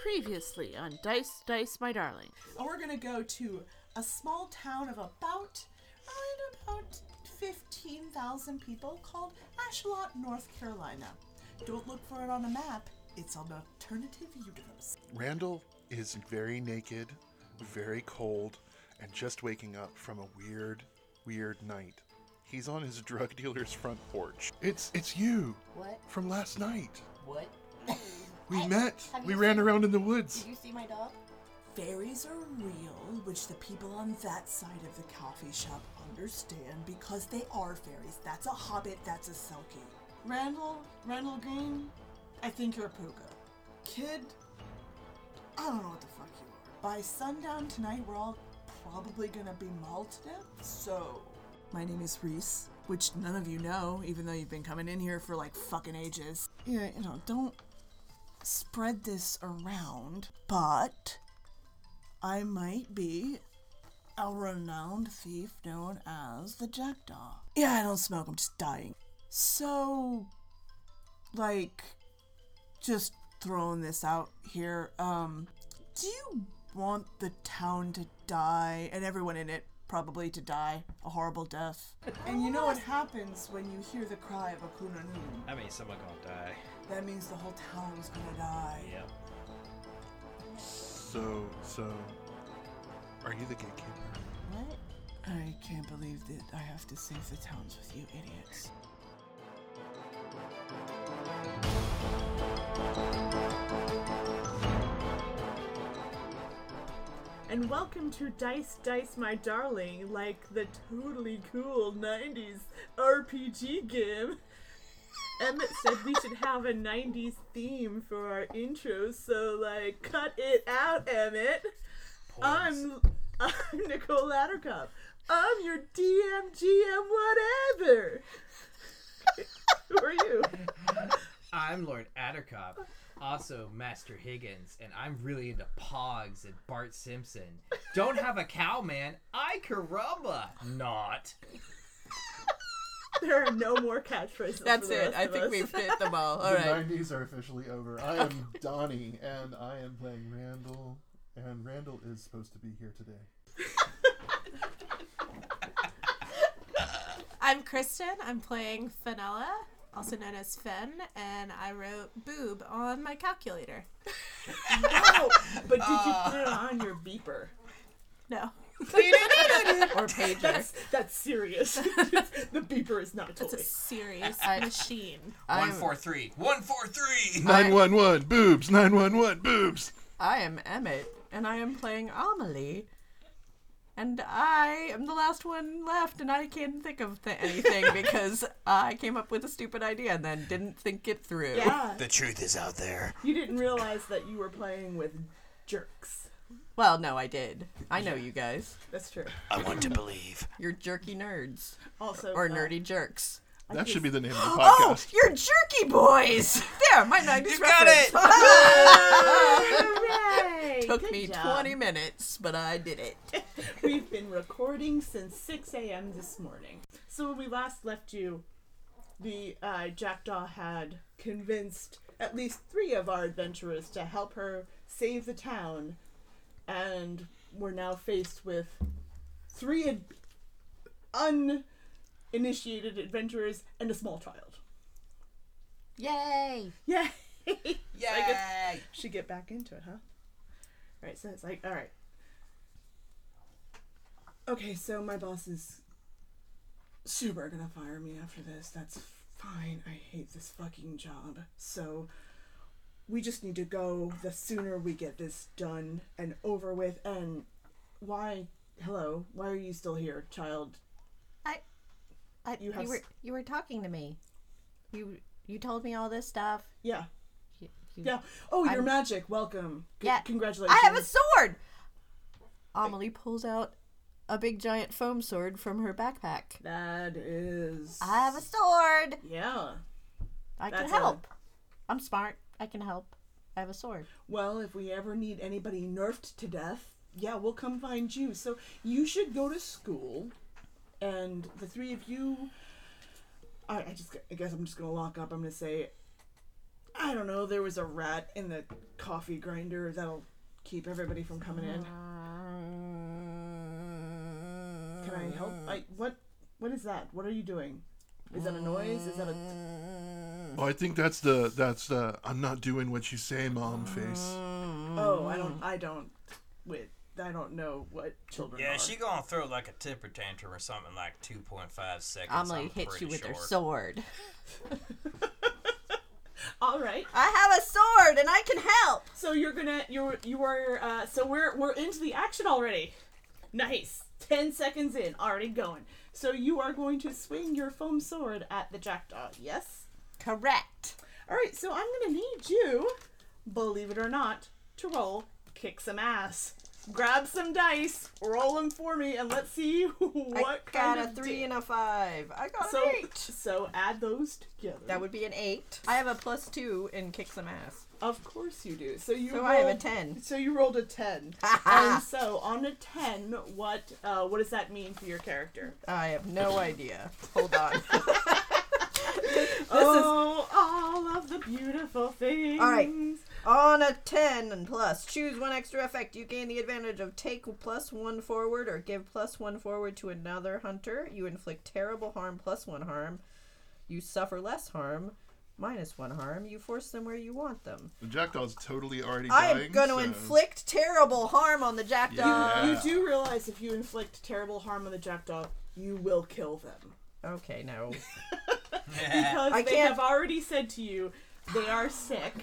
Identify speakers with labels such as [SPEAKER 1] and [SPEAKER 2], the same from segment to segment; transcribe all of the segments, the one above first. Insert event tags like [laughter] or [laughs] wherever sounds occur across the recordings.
[SPEAKER 1] Previously on Dice Dice My Darling.
[SPEAKER 2] And we're going to go to a small town of about, right about 15,000 people called Ashelot, North Carolina. Don't look for it on a map. It's an alternative universe.
[SPEAKER 3] Randall is very naked, very cold, and just waking up from a weird, weird night. He's on his drug dealer's front porch. It's it's you
[SPEAKER 4] What?
[SPEAKER 3] from last night.
[SPEAKER 4] [laughs] What?
[SPEAKER 3] We
[SPEAKER 4] I-
[SPEAKER 3] met.
[SPEAKER 4] have
[SPEAKER 3] We
[SPEAKER 4] you
[SPEAKER 3] ran
[SPEAKER 4] seen-
[SPEAKER 3] around in the woods.
[SPEAKER 4] Did you see my dog?
[SPEAKER 2] Fairies are real, which the people on that side of the coffee shop understand because they are fairies. That's a hobbit, that's a selkie. Randall, Randall Green, I think you're a puka. Kid, I don't know what the fuck you are. By sundown tonight, we're all probably gonna be mauled to death, so. My name is Reese, which none of you know, even though you've been coming in here for like fucking ages. Yeah, you know, don't spread this around, but I might be a renowned thief known as the Jackdaw. Yeah, I don't smoke, I'm just dying. So, like, just throwing this out here, um, do you want the town to die and everyone in it probably to die a horrible death? And you know what happens when you hear the cry of Akuna Nunu?
[SPEAKER 5] I mean, someone gonna die.
[SPEAKER 2] That means the whole town's gonna die.
[SPEAKER 5] Yep.
[SPEAKER 3] So so, are you the gatekeeper?
[SPEAKER 2] What? I can't believe that I have to save the towns with you idiots.
[SPEAKER 6] And welcome to Dice Dice My Darling, like the totally cool 90s RPG game. Emmett said we should have a 90s theme for our intro, so like cut it out, Emmett. I'm I'm Nicole Laddercup. I'm your DM GM whatever. Who are you?
[SPEAKER 5] I'm Lord Addercop, also Master Higgins, and I'm really into Pogs and Bart Simpson. Don't have a cow, man. I caramba. Not.
[SPEAKER 6] There are no more catchphrases.
[SPEAKER 1] That's
[SPEAKER 6] for the
[SPEAKER 1] it.
[SPEAKER 6] rest
[SPEAKER 1] I
[SPEAKER 6] of
[SPEAKER 1] think
[SPEAKER 6] us. [laughs]
[SPEAKER 1] we've hit them all. All
[SPEAKER 7] the
[SPEAKER 1] right.
[SPEAKER 7] 90s are officially over. I
[SPEAKER 4] [laughs]
[SPEAKER 7] am Donnie, and I am playing Randall, and Randall is supposed to be here today.
[SPEAKER 8] I'm Kristen. I'm playing Fenella, also known as Fen, and I wrote boob on my calculator.
[SPEAKER 6] Oh, but did
[SPEAKER 1] [laughs]
[SPEAKER 6] you
[SPEAKER 1] Ah.
[SPEAKER 6] put it on your beeper?
[SPEAKER 8] No.
[SPEAKER 1] Or pager.
[SPEAKER 6] That's that's serious. [laughs] the beeper is not a toy.
[SPEAKER 8] It's a serious machine.
[SPEAKER 5] One
[SPEAKER 1] I'm,
[SPEAKER 5] four three. One four three.
[SPEAKER 1] Nine
[SPEAKER 3] one one boobs. Nine one one boobs.
[SPEAKER 1] I am Emmett, and I am playing Amelie. And I am the last one left, and I can't think of th- anything
[SPEAKER 4] [laughs]
[SPEAKER 1] because I came up with a stupid idea and then didn't think it through.
[SPEAKER 6] yeah,
[SPEAKER 5] [laughs] The truth is out there.
[SPEAKER 6] you didn't realize that you were playing with jerks.
[SPEAKER 1] Well, no, I did. I know you guys.
[SPEAKER 6] That's true.
[SPEAKER 5] I want to believe.
[SPEAKER 1] You're jerky nerds
[SPEAKER 6] Also,
[SPEAKER 1] or
[SPEAKER 6] uh,
[SPEAKER 1] nerdy [laughs] jerks.
[SPEAKER 3] That should be the name
[SPEAKER 4] [gasps]
[SPEAKER 3] of the
[SPEAKER 1] Oh,
[SPEAKER 3] podcast.
[SPEAKER 1] you're jerky boys. There, my 90s
[SPEAKER 5] You got
[SPEAKER 1] reference.
[SPEAKER 5] it.
[SPEAKER 6] [laughs]
[SPEAKER 1] [laughs]
[SPEAKER 6] Hooray!
[SPEAKER 1] Took
[SPEAKER 6] Good
[SPEAKER 1] me
[SPEAKER 6] job.
[SPEAKER 1] 20 minutes, but I did it.
[SPEAKER 6] We've been recording since 6 a.m. this morning. So when we last left you, the uh, jackdaw had convinced at least three of our adventurers to help her save the town, and we're now faced with three ad- uninitiated adventurers and a small child.
[SPEAKER 4] Yay!
[SPEAKER 6] [laughs] Yeah,
[SPEAKER 5] Yay!
[SPEAKER 6] should get back into it, huh? Right, so it's like, all right. Okay, so my boss is super gonna fire me after this. That's fine. I hate this fucking job. So we just need to go. The sooner we get this done and over with, and why? Hello, why are you still here, child?
[SPEAKER 4] I, I,
[SPEAKER 6] You
[SPEAKER 4] you,
[SPEAKER 6] have
[SPEAKER 4] were
[SPEAKER 6] s-
[SPEAKER 4] you were talking to me. You you told me all this stuff.
[SPEAKER 6] Yeah,
[SPEAKER 4] You, you-
[SPEAKER 6] yeah. Oh, you're
[SPEAKER 4] I'm-
[SPEAKER 6] magic. Welcome. C-
[SPEAKER 4] yeah.
[SPEAKER 6] congratulations.
[SPEAKER 4] I have a sword. Amelie pulls out a big giant foam sword from her backpack.
[SPEAKER 6] That is.
[SPEAKER 4] I have a sword.
[SPEAKER 6] Yeah.
[SPEAKER 4] I can
[SPEAKER 6] That's
[SPEAKER 4] help. i I'm smart. I can help. I have a sword.
[SPEAKER 6] Well, if we ever need anybody nerfed to death, yeah, we'll come find you. So you should go to school, and the three of you. I, I just, I guess I'm just gonna lock up. I'm gonna say, I don't know, there was a rat in the coffee grinder that'll keep everybody from coming in. Can I help? I what what is that? What are you doing? Is that a noise? Is that a
[SPEAKER 3] Oh, I think that's the that's the I'm not doing what you say, mom face.
[SPEAKER 6] Oh, I don't I don't wait, I don't know what children
[SPEAKER 5] Yeah,
[SPEAKER 6] are.
[SPEAKER 5] she gonna throw like a temper tantrum or something like two point five seconds.
[SPEAKER 1] Amelie
[SPEAKER 5] I'm
[SPEAKER 1] hits you
[SPEAKER 5] pretty
[SPEAKER 1] with her
[SPEAKER 5] sure.
[SPEAKER 1] sword.
[SPEAKER 6] All right.
[SPEAKER 1] I have a sword and I can help.
[SPEAKER 6] So you're gonna you're you are uh, so we're we're into the action already. Nice. Ten seconds in, already going. So you are going to swing your foam sword at the jackdaw. Yes.
[SPEAKER 1] Correct.
[SPEAKER 6] All right. So I'm gonna need you, believe it or not, to roll kick some ass. Grab some dice, roll them for me, and let's see [laughs] what
[SPEAKER 1] I
[SPEAKER 6] kind
[SPEAKER 1] got a
[SPEAKER 6] of
[SPEAKER 1] three
[SPEAKER 6] da-
[SPEAKER 1] and a five. I got
[SPEAKER 6] so
[SPEAKER 1] an eight.
[SPEAKER 6] so add those together.
[SPEAKER 1] That would be an eight. I have a plus two and kick some ass.
[SPEAKER 6] Of course you do. So you
[SPEAKER 1] So
[SPEAKER 6] rolled,
[SPEAKER 1] I have a ten.
[SPEAKER 6] So you rolled a ten.
[SPEAKER 1] [laughs]
[SPEAKER 6] and so on a ten, what uh, what does that mean for your character?
[SPEAKER 1] I
[SPEAKER 6] [laughs]
[SPEAKER 1] have no idea. Hold on.
[SPEAKER 6] oh, all of the beautiful things.
[SPEAKER 1] All right. On a 10 and plus, choose one extra effect. You gain the advantage of take plus one forward or give plus one forward to another hunter. You inflict terrible harm plus one harm. You suffer less harm minus one harm. You force them where you want them.
[SPEAKER 3] The jackdaw's totally already
[SPEAKER 1] I
[SPEAKER 3] dying.
[SPEAKER 1] am going to
[SPEAKER 3] so-
[SPEAKER 1] inflict terrible harm on the jackdaw.
[SPEAKER 6] Uh, You do realize if you inflict terrible harm on the jackdaw, you will kill them
[SPEAKER 1] Okay, no.
[SPEAKER 6] because
[SPEAKER 1] [laughs] I
[SPEAKER 6] they
[SPEAKER 1] can't-
[SPEAKER 6] have already said to you they are sick.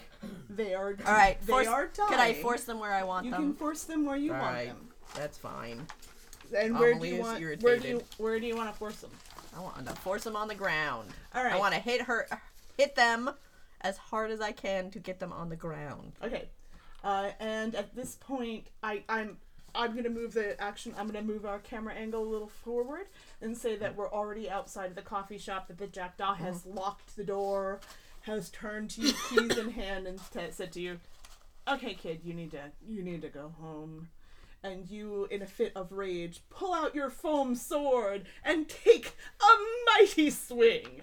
[SPEAKER 6] They are.
[SPEAKER 1] All right.
[SPEAKER 6] They
[SPEAKER 1] force-
[SPEAKER 6] are dying.
[SPEAKER 1] Can I force them where I want
[SPEAKER 6] You can
[SPEAKER 1] them?
[SPEAKER 6] force them where you
[SPEAKER 1] All
[SPEAKER 6] want
[SPEAKER 1] right.
[SPEAKER 6] them.
[SPEAKER 1] That's fine.
[SPEAKER 6] And where do
[SPEAKER 1] Amelie
[SPEAKER 6] you
[SPEAKER 1] is
[SPEAKER 6] want? Where do you
[SPEAKER 1] irritated.
[SPEAKER 6] where do you want to force them?
[SPEAKER 1] I want to force them on the ground.
[SPEAKER 6] All right.
[SPEAKER 1] I want to hit her, hit them as hard as I can to get them on the ground.
[SPEAKER 6] Okay. Uh, and at this point, I, I'm I'm gonna move the action. I'm gonna move our camera angle a little forward and say that we're already outside of the coffee shop. That the jackdaw has locked the door, has turned to you, keys in hand, and t- said to you, "Okay, kid, you need to you need to go home." And you, in a fit of rage, pull out your foam sword and take a mighty swing.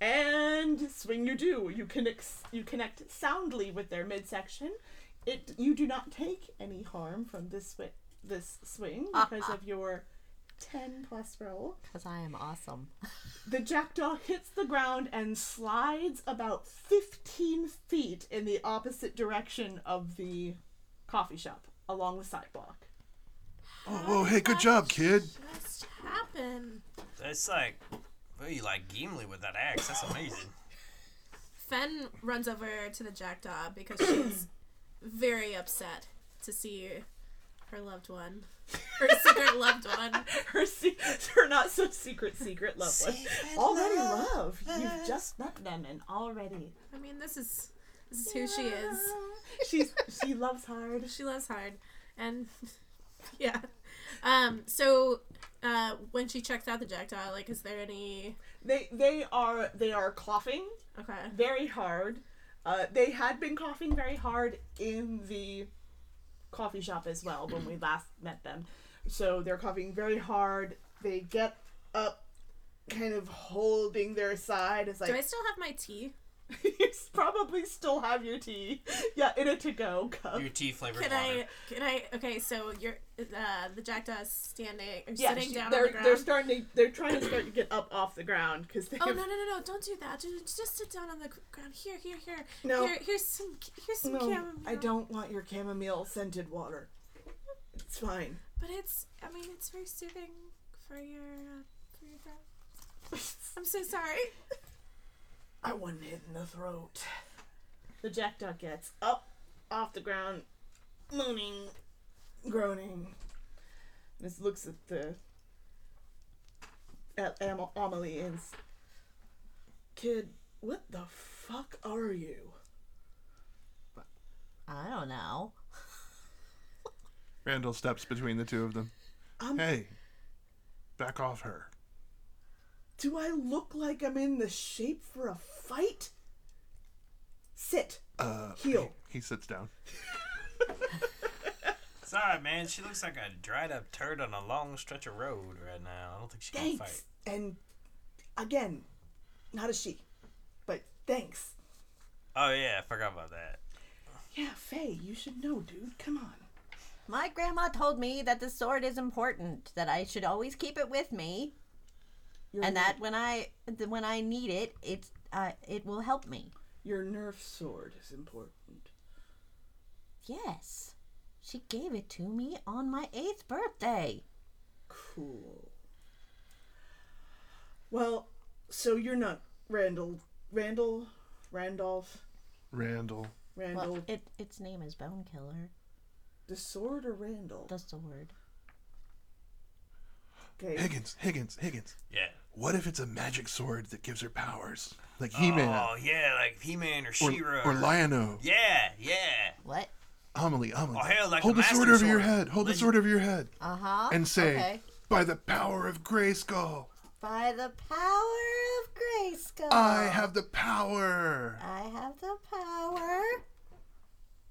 [SPEAKER 6] And swing you do. You connect you connect soundly with their midsection. It you do not take any harm from this swi- this swing because of your 10 plus roll.
[SPEAKER 1] Because I am awesome.
[SPEAKER 6] The jackdaw hits the ground and slides about 15 feet in the opposite direction of the coffee shop along the sidewalk. [laughs]
[SPEAKER 3] Oh, whoa, hey, good job, kid.
[SPEAKER 8] Just happen.
[SPEAKER 5] That's like, well, you like Gimli with that axe. That's amazing.
[SPEAKER 8] Fen runs over to the jackdaw because she's very upset to see her loved one, her secret loved one.
[SPEAKER 6] Her, se- her not so secret secret love one. Already love. You've just met them and already
[SPEAKER 8] I mean, this is this is who she is.
[SPEAKER 6] she's she loves hard.
[SPEAKER 8] She loves hard, and [laughs] yeah. Um. So, uh, when she checks out the jackdaw, like, is there any?
[SPEAKER 6] They they are they are coughing
[SPEAKER 8] Okay.
[SPEAKER 6] very hard. Uh, they had been coughing very hard in the coffee shop as well when we last met them. So they're coughing very hard. They get up, kind of holding their side. It's like
[SPEAKER 8] Do I still have my tea?
[SPEAKER 6] [laughs] you probably still have your tea. Yeah, in a to-go cup.
[SPEAKER 5] Your tea flavored
[SPEAKER 8] Can
[SPEAKER 5] water.
[SPEAKER 8] I? Can I? Okay. So you're uh, the jackdaw is standing or
[SPEAKER 6] Yeah,
[SPEAKER 8] sitting
[SPEAKER 6] she-
[SPEAKER 8] down on
[SPEAKER 6] they're
[SPEAKER 8] the ground.
[SPEAKER 6] they're starting. To, they're trying to start to get up off the ground because they.
[SPEAKER 8] Oh
[SPEAKER 6] have-
[SPEAKER 8] no no no no! Don't do that. Just, just sit down on the ground. Here here here.
[SPEAKER 6] No.
[SPEAKER 8] Here, here's some here's some
[SPEAKER 6] no,
[SPEAKER 8] chamomile.
[SPEAKER 6] I don't want your chamomile scented water. It's fine.
[SPEAKER 8] But it's I mean it's very soothing for your uh, for your throat.
[SPEAKER 6] [laughs]
[SPEAKER 8] I'm so sorry.
[SPEAKER 6] I wasn't hit in the throat. The jackdaw gets up off the ground, mooning, groaning. This looks at the at Am- Amelie and s- kid, what the fuck are you?
[SPEAKER 1] I don't know.
[SPEAKER 3] Randall steps between the two of them.
[SPEAKER 6] Um,
[SPEAKER 3] Hey, back off her.
[SPEAKER 6] Do I look like I'm in the shape for a fight? Sit,
[SPEAKER 3] Uh,
[SPEAKER 6] heel.
[SPEAKER 3] He sits down.
[SPEAKER 5] Sorry, man. She looks like a dried up turd on a long stretch of road right now. I don't think she can fight.
[SPEAKER 6] Thanks. And again, not a she, but thanks.
[SPEAKER 5] Oh yeah, I forgot about that.
[SPEAKER 6] Yeah, Faye, you should know, dude. Come on.
[SPEAKER 4] My grandma told me that the sword is important, that I should always keep it with me,
[SPEAKER 6] Your
[SPEAKER 4] and
[SPEAKER 6] ner-
[SPEAKER 4] that when I th- when I need it, it's uh, it will help me.
[SPEAKER 6] your Nerf sword is important.
[SPEAKER 4] Yes, she gave it to me on my eighth birthday.
[SPEAKER 6] Cool. Well, so you're not Randall, Randall, Randolph,
[SPEAKER 3] Randall.
[SPEAKER 6] Randall.
[SPEAKER 4] Well, it its name is Bone Killer.
[SPEAKER 6] the sword or Randall?
[SPEAKER 4] The sword.
[SPEAKER 6] Okay.
[SPEAKER 4] [laughs]
[SPEAKER 3] Higgins, Higgins, Higgins.
[SPEAKER 5] Yeah.
[SPEAKER 3] What if it's a magic sword that gives her powers? Like He Man
[SPEAKER 5] Oh yeah, like He Man or
[SPEAKER 3] or,
[SPEAKER 5] She Ra.
[SPEAKER 3] or Liono.
[SPEAKER 5] Yeah, yeah.
[SPEAKER 4] What?
[SPEAKER 3] Amelie, Amelie.
[SPEAKER 5] Oh, hell, like
[SPEAKER 3] Hold
[SPEAKER 5] the
[SPEAKER 3] the sword
[SPEAKER 5] Master
[SPEAKER 3] over your
[SPEAKER 5] Sword.
[SPEAKER 3] head. Hold the sword over your head.
[SPEAKER 4] Uh huh.
[SPEAKER 3] and say,
[SPEAKER 4] okay.
[SPEAKER 3] By the power of Grayskull,
[SPEAKER 4] by the power of Grayskull,
[SPEAKER 5] Uh.
[SPEAKER 3] I have the power.
[SPEAKER 4] I have the power.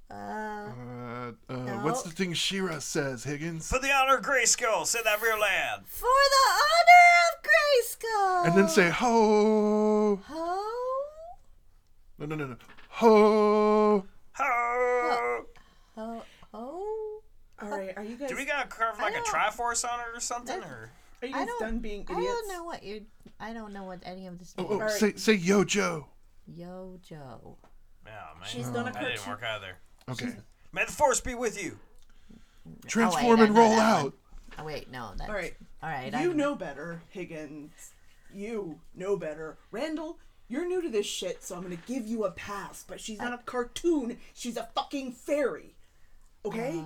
[SPEAKER 4] Uh,
[SPEAKER 3] Uh, uh, What's the thing Shira says, Higgins?
[SPEAKER 5] For the honor of Grayskull, say that real loud.
[SPEAKER 4] for the honor of Grayskull.
[SPEAKER 3] And then say, ho!
[SPEAKER 4] Ho,
[SPEAKER 3] No, no, Oh, no, no. Ho!
[SPEAKER 5] Ho!
[SPEAKER 4] ho, ho.
[SPEAKER 6] All right. Are you guys?
[SPEAKER 5] Do we gotta carve like a Triforce on it or something? Or
[SPEAKER 6] are you
[SPEAKER 4] I
[SPEAKER 6] guys
[SPEAKER 4] don't-
[SPEAKER 6] done being idiots?
[SPEAKER 4] I don't know what you. I don't know what any of this.
[SPEAKER 3] Oh,
[SPEAKER 4] Means.
[SPEAKER 3] oh,
[SPEAKER 6] Alright.
[SPEAKER 3] say, say yo, Joe.
[SPEAKER 4] Yo, Joe.
[SPEAKER 5] oh man,
[SPEAKER 6] She's done a
[SPEAKER 5] that didn't
[SPEAKER 6] cartoon-
[SPEAKER 5] work either.
[SPEAKER 3] Okay.
[SPEAKER 5] May the force be with you.
[SPEAKER 3] Transform
[SPEAKER 4] I
[SPEAKER 3] and
[SPEAKER 4] know
[SPEAKER 3] roll
[SPEAKER 4] that one.
[SPEAKER 3] out.
[SPEAKER 4] Oh, wait, no. That's,
[SPEAKER 6] All right.
[SPEAKER 4] All right.
[SPEAKER 6] You
[SPEAKER 4] I'm-
[SPEAKER 6] know better, Higgins. You know better. Randall, you're new to this shit, so I'm gonna give you a pass, but she's not a cartoon. She's a fucking fairy. Okay?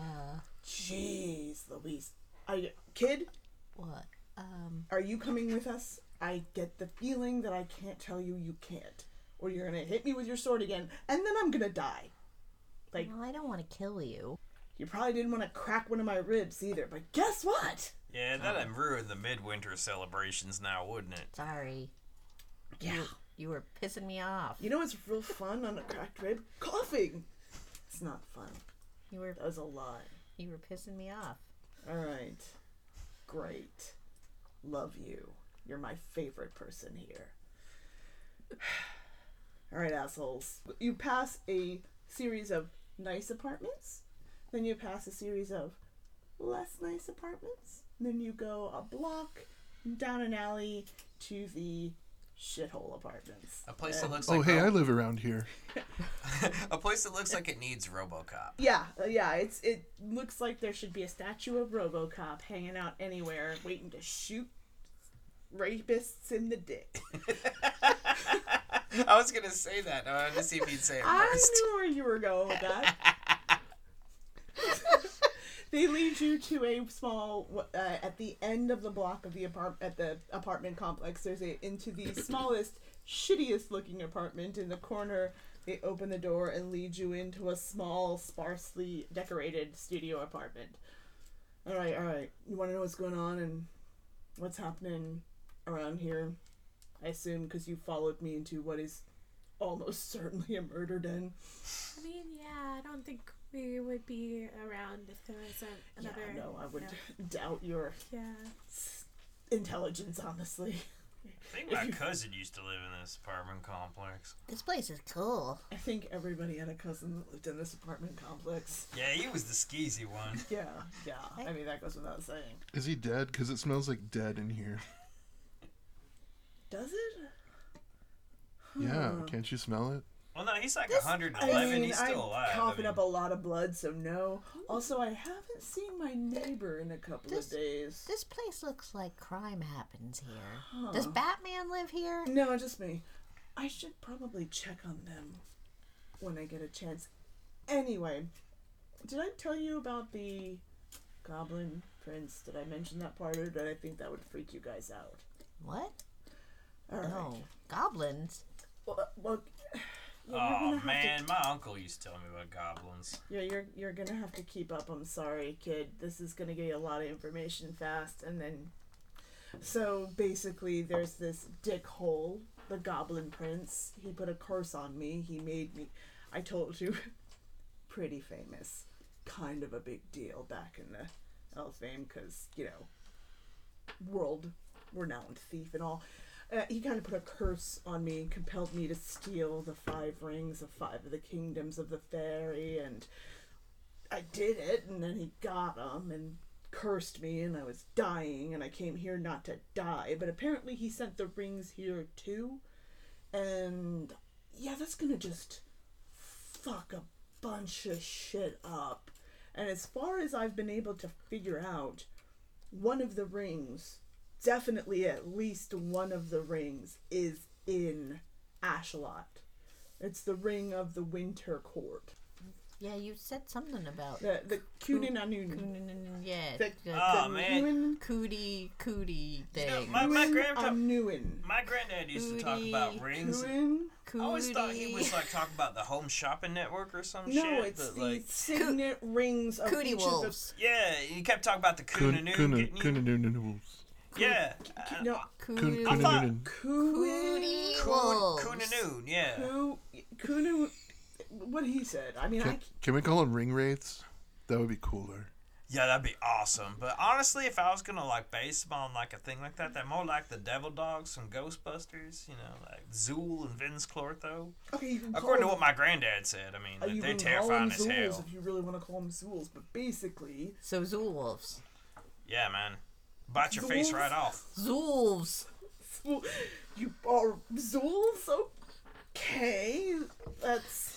[SPEAKER 6] Jeez Louise. I kid,
[SPEAKER 4] what? Um.
[SPEAKER 6] are you coming with us? I get the feeling that I can't tell you you can't. Or you're gonna hit me with your sword again, and then I'm gonna die. Like,
[SPEAKER 4] Well, I don't want to kill you.
[SPEAKER 6] you probably didn't want to crack one of my ribs either, but guess what?
[SPEAKER 5] Yeah,
[SPEAKER 3] Oh.
[SPEAKER 5] that'd ruin the midwinter celebrations now, wouldn't it?
[SPEAKER 4] Sorry.
[SPEAKER 6] Yeah.
[SPEAKER 4] You were pissing me off.
[SPEAKER 6] You know what's real fun on a cracked rib? Coughing! It's not fun.
[SPEAKER 4] You were
[SPEAKER 6] That was a lie.
[SPEAKER 4] you were pissing me off.
[SPEAKER 6] Alright. Great. Love you. You're my favorite person here. [sighs] Alright, assholes. You pass a series of nice apartments, then you pass a series of less nice apartments, then you go a block down an alley to the shithole apartments.
[SPEAKER 5] A place that looks
[SPEAKER 3] Oh,
[SPEAKER 5] like
[SPEAKER 3] hey, I live around here.
[SPEAKER 5] a place that looks like it needs RoboCop.
[SPEAKER 6] Yeah, uh, yeah. It's it looks like there should be a statue of RoboCop hanging out anywhere, waiting to shoot rapists in the dick.
[SPEAKER 5] I was gonna say that. I wanted to see if you'd say it
[SPEAKER 6] I
[SPEAKER 5] first.
[SPEAKER 6] knew where you were going with that. they lead you to a small uh, at the end of the block of the apart at the apartment complex. There's a into the smallest, shittiest looking apartment in the corner. They open the door and lead you into a small, sparsely decorated studio apartment. All right, all right. You want to know what's going on and what's happening around here? I assume because you followed me into what is almost [laughs] certainly a murder den.
[SPEAKER 8] I mean, yeah, I don't think we would be around if there wasn't
[SPEAKER 6] Yeah,
[SPEAKER 8] another.
[SPEAKER 6] no, I would
[SPEAKER 8] no.
[SPEAKER 6] [laughs] doubt your
[SPEAKER 8] Yeah.
[SPEAKER 6] intelligence, honestly.
[SPEAKER 5] I think my cousin used to live in this apartment complex.
[SPEAKER 4] This place is cool.
[SPEAKER 6] I think everybody had a cousin that lived in this apartment complex.
[SPEAKER 5] Yeah, he was the skeezy one.
[SPEAKER 6] Yeah, yeah. I mean, that goes without saying.
[SPEAKER 3] Is he dead? Because it smells like dead in here.
[SPEAKER 6] Does it?
[SPEAKER 3] Yeah, can't you smell it?
[SPEAKER 5] Well, no, he's like
[SPEAKER 6] I
[SPEAKER 5] 111.
[SPEAKER 6] mean,
[SPEAKER 5] he's
[SPEAKER 6] I'm
[SPEAKER 5] still alive. I
[SPEAKER 6] coughing
[SPEAKER 5] mean,
[SPEAKER 6] up a lot of blood, so no. Also, I haven't seen my neighbor in a couple
[SPEAKER 4] This-
[SPEAKER 6] of days.
[SPEAKER 4] This place looks like crime happens here. Does Batman live here?
[SPEAKER 6] No, just me. I should probably check on them when I get a chance. Anyway, did I tell you about the Goblin Prince? Did I mention that part, or did I think that would freak you guys out?
[SPEAKER 4] What?
[SPEAKER 6] All right.
[SPEAKER 4] No. Goblins?
[SPEAKER 6] Well, uh, well, yeah, you're
[SPEAKER 5] Oh
[SPEAKER 6] gonna have
[SPEAKER 5] man,
[SPEAKER 6] to,
[SPEAKER 5] my uncle used to tell me about goblins.
[SPEAKER 6] yeah, you're you're gonna have to keep up. I'm sorry, kid. This is gonna give you a lot of information fast, and then. So basically, there's this dick hole, the Goblin Prince. He put a curse on me. He made me. I told you, [laughs] pretty famous, kind of a big deal back in the Elfame, because you know, world renowned thief and all. Uh, he kind of put a curse on me and compelled me to steal the five rings of five of the kingdoms of the fairy, and I did it, and then he got them and cursed me, and I was dying, and I came here not to die, but apparently he sent the rings here too, and yeah, that's gonna just fuck a bunch of shit up. And as far as I've been able to figure out, one of the rings, definitely at least one of the rings, is in Ashelot. It's the ring of the Winter Court.
[SPEAKER 4] Yeah, you said something about
[SPEAKER 6] The the Kuninanun.
[SPEAKER 4] yeah,
[SPEAKER 6] The, the
[SPEAKER 5] Aw, Oh, man.
[SPEAKER 6] Kunin-
[SPEAKER 4] cootie cootie thing.
[SPEAKER 5] No, my, my, grandpa,
[SPEAKER 6] um, Anuin.
[SPEAKER 5] my granddad used to talk about rings.
[SPEAKER 6] Kunin-
[SPEAKER 5] I always thought he was like talking about the home shopping network or some shit.
[SPEAKER 6] No, it's
[SPEAKER 5] but,
[SPEAKER 6] the
[SPEAKER 5] like,
[SPEAKER 6] [laughs] signet rings of
[SPEAKER 4] Cootie
[SPEAKER 6] each
[SPEAKER 4] wolves.
[SPEAKER 5] yeah, he kept talking about the Kununu. getting you- Yeah,
[SPEAKER 6] of the. No,
[SPEAKER 5] I thought
[SPEAKER 6] Kunin.
[SPEAKER 4] Cootie
[SPEAKER 5] Kun-
[SPEAKER 4] wolves.
[SPEAKER 5] uh, Kununu. Yeah,
[SPEAKER 6] Who, Kunu, what he said. I mean, I
[SPEAKER 3] Can, can we call them ring wraiths? That would be cooler.
[SPEAKER 5] yeah, that'd be awesome. But honestly, if I was gonna like base them on like a thing like that, they're more like the Devil Dogs from Ghostbusters. You know, like Zool and Vince Clortho.
[SPEAKER 6] okay. You can call
[SPEAKER 5] According to
[SPEAKER 6] them-
[SPEAKER 5] what my granddad said, I mean,
[SPEAKER 6] uh,
[SPEAKER 5] like,
[SPEAKER 6] you
[SPEAKER 5] they're
[SPEAKER 6] can call
[SPEAKER 5] terrifying
[SPEAKER 6] them
[SPEAKER 5] as
[SPEAKER 6] Zools
[SPEAKER 5] hell.
[SPEAKER 6] If you really want to call them Zools, but basically,
[SPEAKER 4] So Zool wolves.
[SPEAKER 5] Yeah, man, bite your face
[SPEAKER 6] Zools?
[SPEAKER 5] right off.
[SPEAKER 4] Zoolves.
[SPEAKER 6] Zool- you are Zools. Okay, that's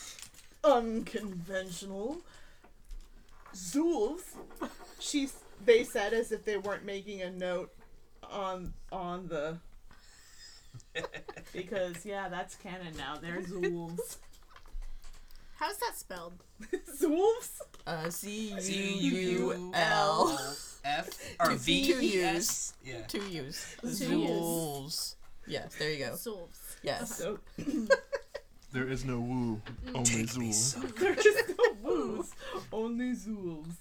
[SPEAKER 6] unconventional. Zools. She's. They said as if they weren't making a note on on
[SPEAKER 4] [laughs]
[SPEAKER 6] the.
[SPEAKER 2] Because yeah, that's canon now.
[SPEAKER 4] [laughs]
[SPEAKER 2] There's wolves.
[SPEAKER 8] How's that spelled?
[SPEAKER 6] Zools.
[SPEAKER 4] Uh, C U U L. [laughs]
[SPEAKER 9] F or V
[SPEAKER 4] Two
[SPEAKER 9] E
[SPEAKER 4] U's.
[SPEAKER 9] S. Yeah.
[SPEAKER 4] Two U's.
[SPEAKER 8] Two U's.
[SPEAKER 4] Zoolves. Yes, there you go.
[SPEAKER 8] Zolves.
[SPEAKER 4] Yes.
[SPEAKER 6] So
[SPEAKER 7] There is no woo,
[SPEAKER 5] Mm.
[SPEAKER 7] only zool.
[SPEAKER 6] They're
[SPEAKER 4] [laughs]
[SPEAKER 6] just the woos. Only Zools.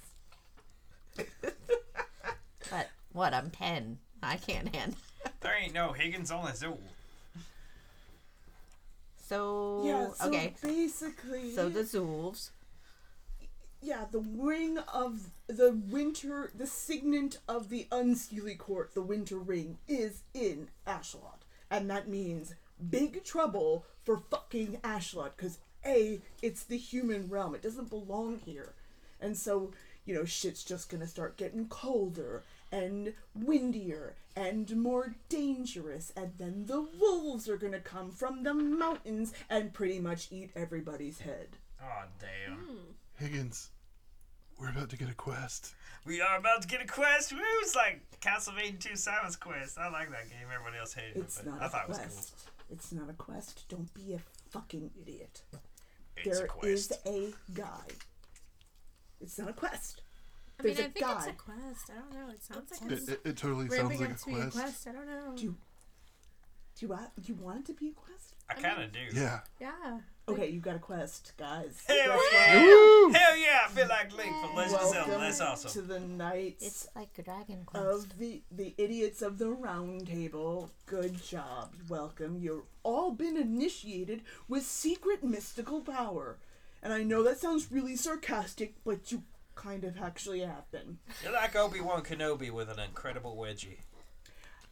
[SPEAKER 4] But what? I'm 10. I can't handle.
[SPEAKER 5] There ain't no Higgins on the zoo.
[SPEAKER 4] So,
[SPEAKER 6] Yeah, so
[SPEAKER 4] okay.
[SPEAKER 6] basically
[SPEAKER 4] So the Zoolves.
[SPEAKER 6] Yeah, the ring of the winter the signet of the unseelie court, the winter ring, is in Ashelot. And that means big trouble for fucking Ashelot, because A, it's the human realm. It doesn't belong here. And so, you know, shit's just gonna start getting colder and windier and more dangerous. And then the wolves are gonna come from the mountains and pretty much eat everybody's head.
[SPEAKER 5] Oh damn.
[SPEAKER 3] Higgins, we're about to get a quest.
[SPEAKER 5] We are about to get a quest. Woo! It's like Castlevania 2 Simon's Quest. I like that game. Everybody else hated
[SPEAKER 6] It's
[SPEAKER 5] it, but
[SPEAKER 6] not
[SPEAKER 5] I
[SPEAKER 6] a
[SPEAKER 5] thought
[SPEAKER 6] quest.
[SPEAKER 5] it was
[SPEAKER 6] It's not a quest. Don't be a fucking idiot.
[SPEAKER 5] cool. It's a
[SPEAKER 6] There is
[SPEAKER 5] quest.
[SPEAKER 6] a guide. It's not a quest.
[SPEAKER 8] I mean,
[SPEAKER 6] There's
[SPEAKER 8] I
[SPEAKER 6] a
[SPEAKER 8] think it's a
[SPEAKER 6] guide.
[SPEAKER 8] quest. I don't know. It sounds like
[SPEAKER 3] It,
[SPEAKER 8] it's
[SPEAKER 3] it, it totally sounds
[SPEAKER 8] ramping
[SPEAKER 3] like a
[SPEAKER 8] up to be a
[SPEAKER 3] quest.
[SPEAKER 8] quest. I don't know.
[SPEAKER 6] Do you, do you, want, you want it to be a quest?
[SPEAKER 5] I kind of do.
[SPEAKER 3] Yeah.
[SPEAKER 8] Yeah.
[SPEAKER 6] Okay, you got a quest, guys.
[SPEAKER 5] Hell
[SPEAKER 6] Guess what?
[SPEAKER 5] yeah! Hell yeah! I feel like Link from Legend of Zelda.
[SPEAKER 6] Welcome
[SPEAKER 5] That's
[SPEAKER 6] to
[SPEAKER 5] awesome.
[SPEAKER 6] the Knights
[SPEAKER 4] like Dragon
[SPEAKER 6] of the, the Idiots of the Round Table. Good job. Welcome. You've all been initiated with secret mystical power. And I know that sounds really sarcastic, but you kind of actually have been.
[SPEAKER 5] You're like Obi Wan Kenobi with an incredible wedgie.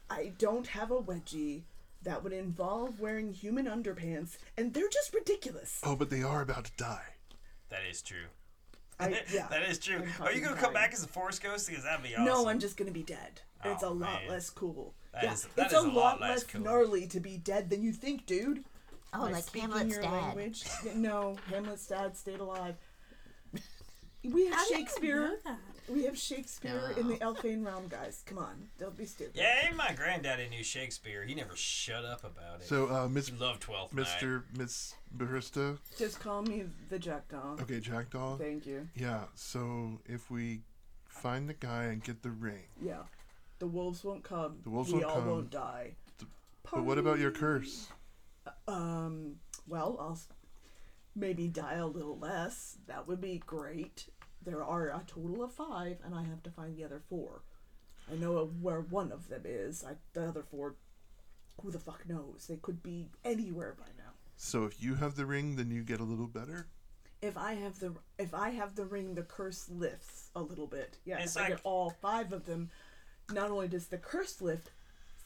[SPEAKER 6] I don't have a wedgie. That would involve wearing human underpants, and they're just ridiculous.
[SPEAKER 3] Oh, but they are about to die.
[SPEAKER 5] That is true. [laughs]
[SPEAKER 6] I, yeah.
[SPEAKER 5] that is true.
[SPEAKER 6] I'm
[SPEAKER 5] Are you
[SPEAKER 6] fucking
[SPEAKER 5] gonna come
[SPEAKER 6] dying.
[SPEAKER 5] back as a Force Ghost? Because that'd be awesome.
[SPEAKER 6] No, I'm just gonna be dead. it's a
[SPEAKER 5] Oh,
[SPEAKER 6] lot
[SPEAKER 5] man.
[SPEAKER 6] less cool.
[SPEAKER 5] That
[SPEAKER 6] yeah,
[SPEAKER 5] is- that
[SPEAKER 6] it's
[SPEAKER 5] is
[SPEAKER 6] a lot less
[SPEAKER 5] cool.
[SPEAKER 6] gnarly to be dead than you think, dude.
[SPEAKER 4] Oh,
[SPEAKER 6] By
[SPEAKER 4] like
[SPEAKER 6] speaking
[SPEAKER 4] Hamlet's
[SPEAKER 6] your
[SPEAKER 4] dad.
[SPEAKER 6] language. No, Hamlet's dad stayed alive. We
[SPEAKER 4] [laughs]
[SPEAKER 6] have
[SPEAKER 8] How did I not
[SPEAKER 6] Shakespeare.
[SPEAKER 8] know that?
[SPEAKER 6] We have Shakespeare in the Elfane realm, guys. Come on, don't be stupid.
[SPEAKER 5] Yeah, even my granddaddy knew Shakespeare. He never shut up about it.
[SPEAKER 3] So, uh, Miss,
[SPEAKER 5] he loved Twelfth Night.
[SPEAKER 3] Mr. Miss Barista.
[SPEAKER 6] Just call me the Jackdaw.
[SPEAKER 3] Okay, Jackdaw.
[SPEAKER 6] Thank you.
[SPEAKER 3] Yeah. So if we find the guy and get the ring,
[SPEAKER 6] Yeah, the wolves won't come.
[SPEAKER 3] The wolves
[SPEAKER 6] we
[SPEAKER 3] won't
[SPEAKER 6] all
[SPEAKER 3] come.
[SPEAKER 6] won't die.
[SPEAKER 3] but what about your curse?
[SPEAKER 6] Um, well, I'll s- maybe die a little less. That would be great. There are a total of five, and I have to find the other four. I know where one of them is. I, the other four, who the fuck knows? They could be anywhere by now.
[SPEAKER 3] So if you have the ring, then you get a little better.
[SPEAKER 6] If I have the if I have the ring, the curse lifts a little bit. Yeah,
[SPEAKER 5] It's
[SPEAKER 6] if I get
[SPEAKER 5] like-
[SPEAKER 6] all five of them, not only does the curse lift,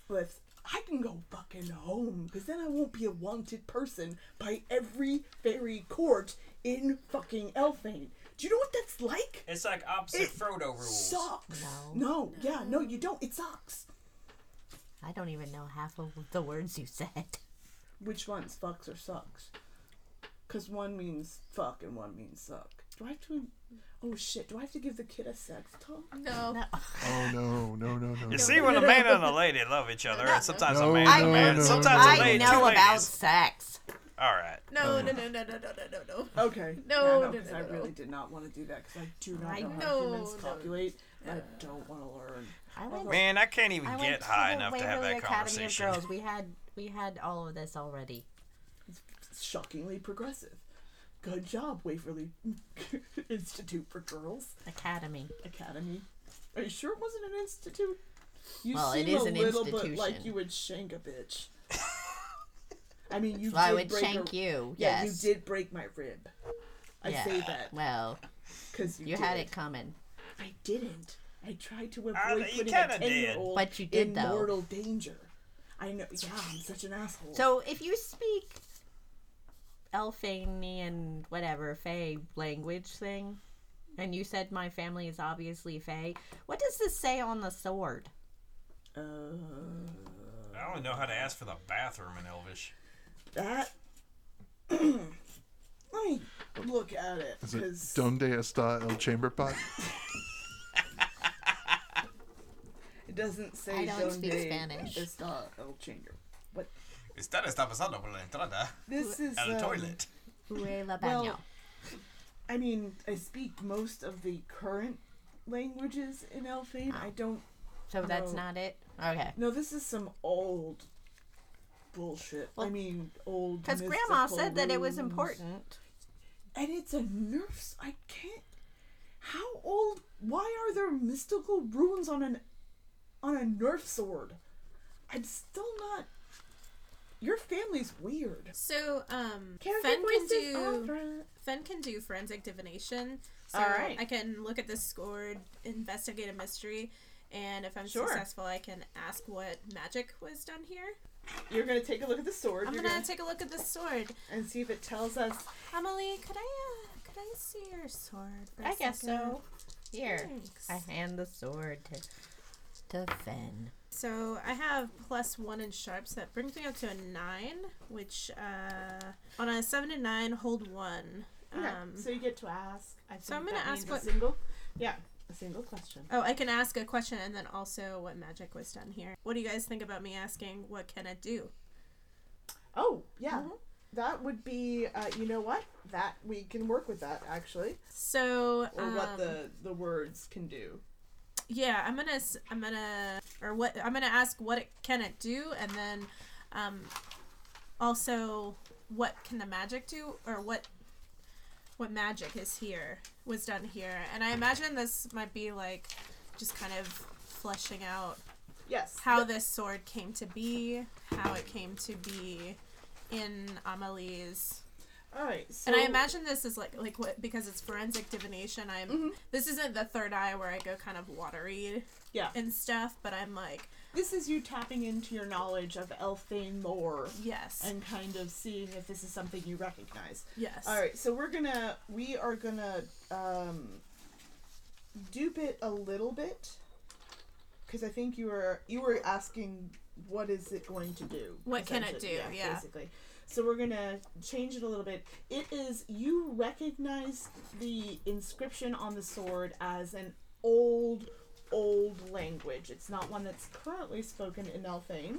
[SPEAKER 6] lifts, I can go fucking home because then I won't be a wanted person by every fairy court in fucking Elfane. Do you know what that's like?
[SPEAKER 5] It's like opposite Frodo rules.
[SPEAKER 6] Sucks. No. Yeah. No, you don't. It sucks.
[SPEAKER 4] I don't even know half of the words you [laughs] said.
[SPEAKER 6] Which one's fucks or sucks? Because one means fuck and one means suck. Do I have to? Oh shit! Do I have to give the kid a sex talk?
[SPEAKER 8] No.
[SPEAKER 4] [laughs]
[SPEAKER 7] Oh no, no, no, no.
[SPEAKER 5] You see, when a man and a lady love each other, and sometimes a
[SPEAKER 7] No,
[SPEAKER 5] man and a
[SPEAKER 7] no,
[SPEAKER 5] man,
[SPEAKER 7] no,
[SPEAKER 5] sometimes a
[SPEAKER 4] I
[SPEAKER 5] lady,
[SPEAKER 4] know
[SPEAKER 5] two
[SPEAKER 4] about
[SPEAKER 5] ladies.
[SPEAKER 4] sex.
[SPEAKER 5] All right.
[SPEAKER 8] No,
[SPEAKER 3] Oh.
[SPEAKER 8] no, no, no, no, no, no, no, no.
[SPEAKER 6] Okay.
[SPEAKER 8] [laughs] No,
[SPEAKER 6] Yeah,
[SPEAKER 8] no,
[SPEAKER 6] 'cause
[SPEAKER 8] no,
[SPEAKER 6] I
[SPEAKER 8] no.
[SPEAKER 6] really did not want to do that because I do not
[SPEAKER 4] I
[SPEAKER 6] know, how
[SPEAKER 8] know,
[SPEAKER 6] humans
[SPEAKER 8] no.
[SPEAKER 6] calculate. and I don't want to learn.
[SPEAKER 4] I went,
[SPEAKER 5] Man, I can't even
[SPEAKER 4] I went
[SPEAKER 5] get
[SPEAKER 4] to
[SPEAKER 5] high
[SPEAKER 4] the
[SPEAKER 5] enough to
[SPEAKER 4] Waverly
[SPEAKER 5] have that
[SPEAKER 4] Academy
[SPEAKER 5] conversation.
[SPEAKER 4] Of Girls. We had we had all of this already.
[SPEAKER 6] shockingly progressive. Good job, Waverly [laughs] Institute for Girls
[SPEAKER 4] Academy.
[SPEAKER 6] Academy. Are you sure it wasn't an institute? You
[SPEAKER 4] Well, it
[SPEAKER 6] seem
[SPEAKER 4] is
[SPEAKER 6] a
[SPEAKER 4] an
[SPEAKER 6] little bit like
[SPEAKER 4] institution.
[SPEAKER 6] you would shank a
[SPEAKER 4] [laughs]
[SPEAKER 6] bitch. I mean, you.
[SPEAKER 4] Well, I
[SPEAKER 6] did
[SPEAKER 4] would
[SPEAKER 6] break
[SPEAKER 4] shank
[SPEAKER 6] a,
[SPEAKER 4] you.
[SPEAKER 6] Yeah,
[SPEAKER 4] yes.
[SPEAKER 6] you did break my rib. I
[SPEAKER 4] Yeah.
[SPEAKER 6] say that
[SPEAKER 4] Well,
[SPEAKER 6] because you,
[SPEAKER 4] you had
[SPEAKER 6] did.
[SPEAKER 4] it coming.
[SPEAKER 6] I didn't. I tried to avoid
[SPEAKER 5] Uh, you
[SPEAKER 6] putting a
[SPEAKER 5] kinda did.
[SPEAKER 6] ten-year-old
[SPEAKER 4] But you did,
[SPEAKER 6] in
[SPEAKER 4] though.
[SPEAKER 6] mortal danger. I know. Yeah, I'm such an asshole.
[SPEAKER 4] So if you speak Elfanian, whatever, Fey language thing, and you said my family is obviously Fey, what does this say on the sword?
[SPEAKER 5] I only know how to ask for the bathroom in Elvish.
[SPEAKER 6] that. [clears throat] Let me look at it
[SPEAKER 7] Is it
[SPEAKER 6] because
[SPEAKER 7] Donde está el chamber pot?
[SPEAKER 6] it doesn't say.
[SPEAKER 4] I don't speak
[SPEAKER 6] donde
[SPEAKER 4] Spanish.
[SPEAKER 6] Está el chamber. But
[SPEAKER 5] Esta está pasando por la entrada
[SPEAKER 6] this is.
[SPEAKER 5] al
[SPEAKER 6] um,
[SPEAKER 5] toilet.
[SPEAKER 4] Ue la
[SPEAKER 6] Well,
[SPEAKER 4] baño.
[SPEAKER 6] I mean, I speak most of the current languages in Elfane. I don't.
[SPEAKER 4] so that's
[SPEAKER 6] no.
[SPEAKER 4] not it. Okay.
[SPEAKER 6] No, this is some old bullshit. I mean, old.
[SPEAKER 4] Because Grandma
[SPEAKER 6] mystical
[SPEAKER 4] said that it was
[SPEAKER 6] runes.
[SPEAKER 4] important.
[SPEAKER 6] And it's a nurse. I can't. How old? Why are there mystical runes on an on a nerf sword? I'm still not. Your family's weird.
[SPEAKER 8] So, um,
[SPEAKER 6] Character
[SPEAKER 8] Fen can
[SPEAKER 6] voices
[SPEAKER 8] do
[SPEAKER 6] are-
[SPEAKER 8] Fen can do forensic divination. So
[SPEAKER 6] All right.
[SPEAKER 8] I can look at the score, investigate a mystery, and if I'm
[SPEAKER 6] Sure.
[SPEAKER 8] successful, I can ask what magic was done here.
[SPEAKER 6] You're gonna take a look at the sword.
[SPEAKER 8] I'm
[SPEAKER 6] you're
[SPEAKER 8] gonna take a look at this sword.
[SPEAKER 6] and see if it tells us.
[SPEAKER 8] Emily, could I uh, could I see your sword? for a
[SPEAKER 4] I guess
[SPEAKER 8] second?
[SPEAKER 4] so. Here,
[SPEAKER 8] Thanks.
[SPEAKER 4] I hand the sword to to Finn.
[SPEAKER 8] So I have plus one in sharp, so that brings me up to a nine, which uh, on a seven to nine, hold one.
[SPEAKER 6] Okay,
[SPEAKER 8] Um,
[SPEAKER 6] uh, so you get to ask. I think
[SPEAKER 8] so I'm gonna
[SPEAKER 6] that
[SPEAKER 8] ask
[SPEAKER 6] means
[SPEAKER 8] what-
[SPEAKER 6] a single. Yeah, a single question.
[SPEAKER 8] oh, I can ask a question and then also what magic was done here. What do you guys think about me asking what can it do?
[SPEAKER 6] Oh yeah,
[SPEAKER 8] Mm-hmm.
[SPEAKER 6] that would be. Uh, you know what? That we can work with that actually,
[SPEAKER 8] So
[SPEAKER 6] or what
[SPEAKER 8] um,
[SPEAKER 6] the the words can do.
[SPEAKER 8] yeah, I'm gonna s- I'm gonna or what I'm gonna ask what it can it do, and then um, also what can the magic do or what what magic is here was done here, and I imagine this might be like just kind of fleshing out
[SPEAKER 6] Yes.
[SPEAKER 8] how this sword came to be, how it came to be in Amelie's
[SPEAKER 6] All right. So
[SPEAKER 8] and I imagine this is like like what because it's forensic divination. I'm this isn't the third eye where I go kind of watery
[SPEAKER 6] yeah,
[SPEAKER 8] and stuff, but I'm like
[SPEAKER 6] this is you tapping into your knowledge of Elfane lore
[SPEAKER 8] yes,
[SPEAKER 6] and kind of seeing if this is something you recognize.
[SPEAKER 8] yes.
[SPEAKER 6] All right, so we're gonna we are gonna um, dupe it a little bit because I think you were you were asking what is it going to do?
[SPEAKER 8] What can it
[SPEAKER 6] essentially.
[SPEAKER 8] do? Yeah.
[SPEAKER 6] basically. So we're gonna change it a little bit. It is you recognize the inscription on the sword as an old old language. It's not one that's currently spoken in Elfane.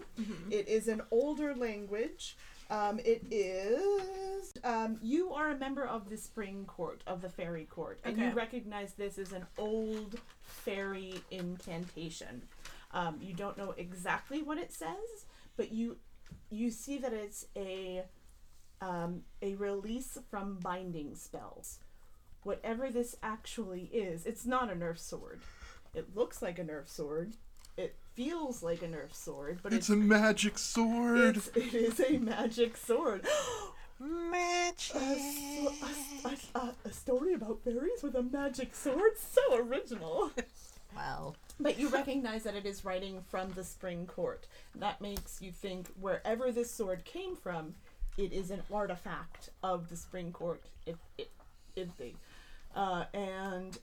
[SPEAKER 6] It is an older language. Um, it is. Um, you are a member of the Spring Court, of the Fairy Court, and you
[SPEAKER 8] Okay.
[SPEAKER 6] recognize this as an old fairy incantation. Um, you don't know exactly what it says, but you you see that it's a um, a release from binding spells. Whatever this actually is, it's not a Nerf sword. It looks like a Nerf sword. It feels like a Nerf sword, but
[SPEAKER 7] It's a magic sword.
[SPEAKER 6] it's, it is a magic sword. [gasps] magic. A, s- a s- a- a story about fairies with a magic sword? So original.
[SPEAKER 4] Well,
[SPEAKER 6] But you recognize that it is writing from the Spring Court. That makes you think wherever this sword came from, it is an artifact of the Spring Court, if, if, if they. Uh, and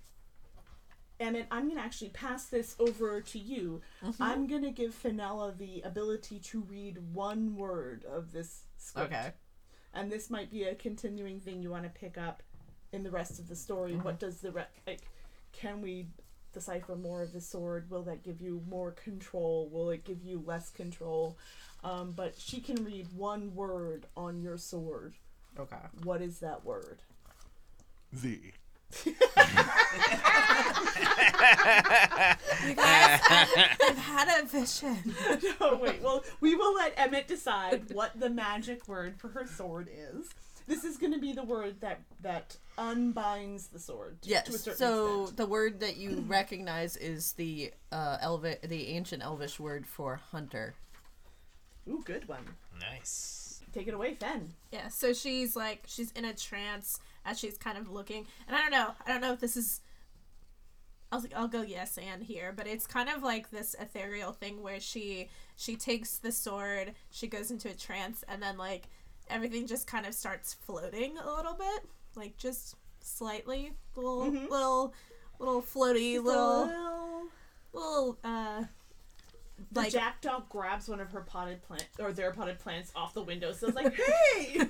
[SPEAKER 6] Emmett, I'm going to actually pass this over to you.
[SPEAKER 4] Mm-hmm.
[SPEAKER 6] I'm going to give Finella the ability to read one word of this script.
[SPEAKER 4] Okay.
[SPEAKER 6] And this might be a continuing thing you want to pick up in the rest of the story.
[SPEAKER 4] Mm-hmm.
[SPEAKER 6] What does the re- like? Can we decipher more of the sword? Will that give you more control? Will it give you less control? Um, but she can read one word on your sword.
[SPEAKER 4] okay.
[SPEAKER 6] What is that word?
[SPEAKER 3] The.
[SPEAKER 8] You guys, I- I've had a vision.
[SPEAKER 6] [laughs] oh wait, well we will let Emmett decide what the magic word for her sword is. This is going to be the word that that unbinds the sword. to- to a
[SPEAKER 4] Yes.
[SPEAKER 6] certain
[SPEAKER 4] So
[SPEAKER 6] extent.
[SPEAKER 4] the word that
[SPEAKER 1] [clears throat]
[SPEAKER 4] you recognize is the uh, Elvi- the ancient Elvish word for hunter.
[SPEAKER 6] ooh, good one.
[SPEAKER 5] Nice.
[SPEAKER 6] Take it away, Fen.
[SPEAKER 8] Yeah, so she's like she's in a trance as she's kind of looking, and I don't know, I don't know if this is. I'll I'll go yes and here, but it's kind of like this ethereal thing where she she takes the sword, she goes into a trance, and then like everything just kind of starts floating a little bit, like just slightly, little
[SPEAKER 6] Mm-hmm.
[SPEAKER 8] little little floaty, little
[SPEAKER 6] Well,
[SPEAKER 8] little uh,
[SPEAKER 6] the
[SPEAKER 8] like
[SPEAKER 6] jackdaw grabs one of her potted plant or their potted plants off the window. So it's like, hey,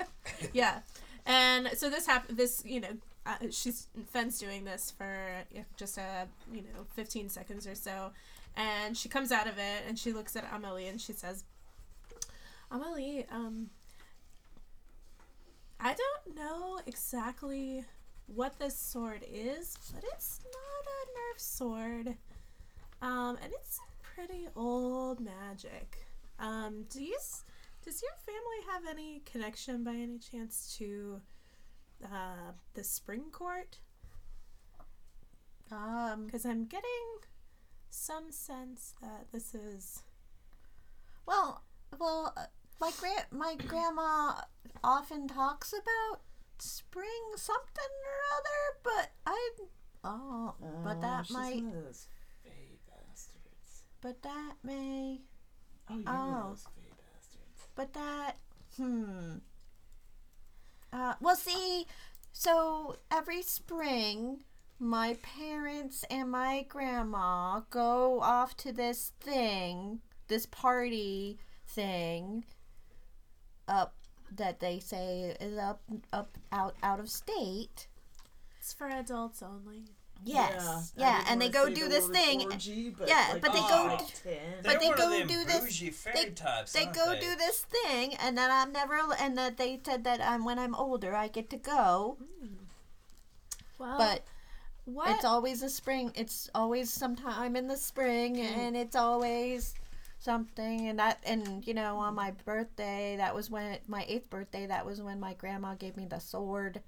[SPEAKER 8] [laughs] yeah and so this happened this you know uh, she's fence doing this for uh, just a you know 15 seconds or so and she comes out of it and she looks at amelie and she says amelie um i don't know exactly what this sword is but it's not a nerf sword um and it's pretty old magic um do you s- does your family have any connection by any chance to uh, the Spring Court?
[SPEAKER 4] Um.
[SPEAKER 8] Because I'm getting some sense that this is.
[SPEAKER 4] Well, well, uh, my gra- my grandma often talks about spring something or other, but I oh, but that might,
[SPEAKER 6] one of those fey bastards.
[SPEAKER 4] but that may,
[SPEAKER 6] Oh, you're
[SPEAKER 4] one of Oh.
[SPEAKER 6] those fey bastards.
[SPEAKER 4] but that hmm. Uh, well, see, so every spring. My parents and my grandma go off to this thing, this party thing, up that they say is up up out out of state.
[SPEAKER 8] It's for adults only.
[SPEAKER 4] Yes. Yeah, and they go do this thing. yeah, but oh, they
[SPEAKER 5] go
[SPEAKER 4] d-
[SPEAKER 6] go.
[SPEAKER 4] But they
[SPEAKER 5] one of
[SPEAKER 4] go
[SPEAKER 5] them
[SPEAKER 4] do this-
[SPEAKER 5] bougie Fairy
[SPEAKER 4] they-
[SPEAKER 5] types,
[SPEAKER 4] They
[SPEAKER 5] aren't
[SPEAKER 4] go
[SPEAKER 5] they?
[SPEAKER 4] do this thing, and then I'm never, and that they said that um, when I'm older, I get to go.
[SPEAKER 8] Well,
[SPEAKER 4] But
[SPEAKER 8] Uh-huh. what?
[SPEAKER 4] it's always a spring. It's always sometime in the spring, and it's always something. And that, and you know, on my birthday, that was when my eighth birthday. That was when my grandma gave me the sword.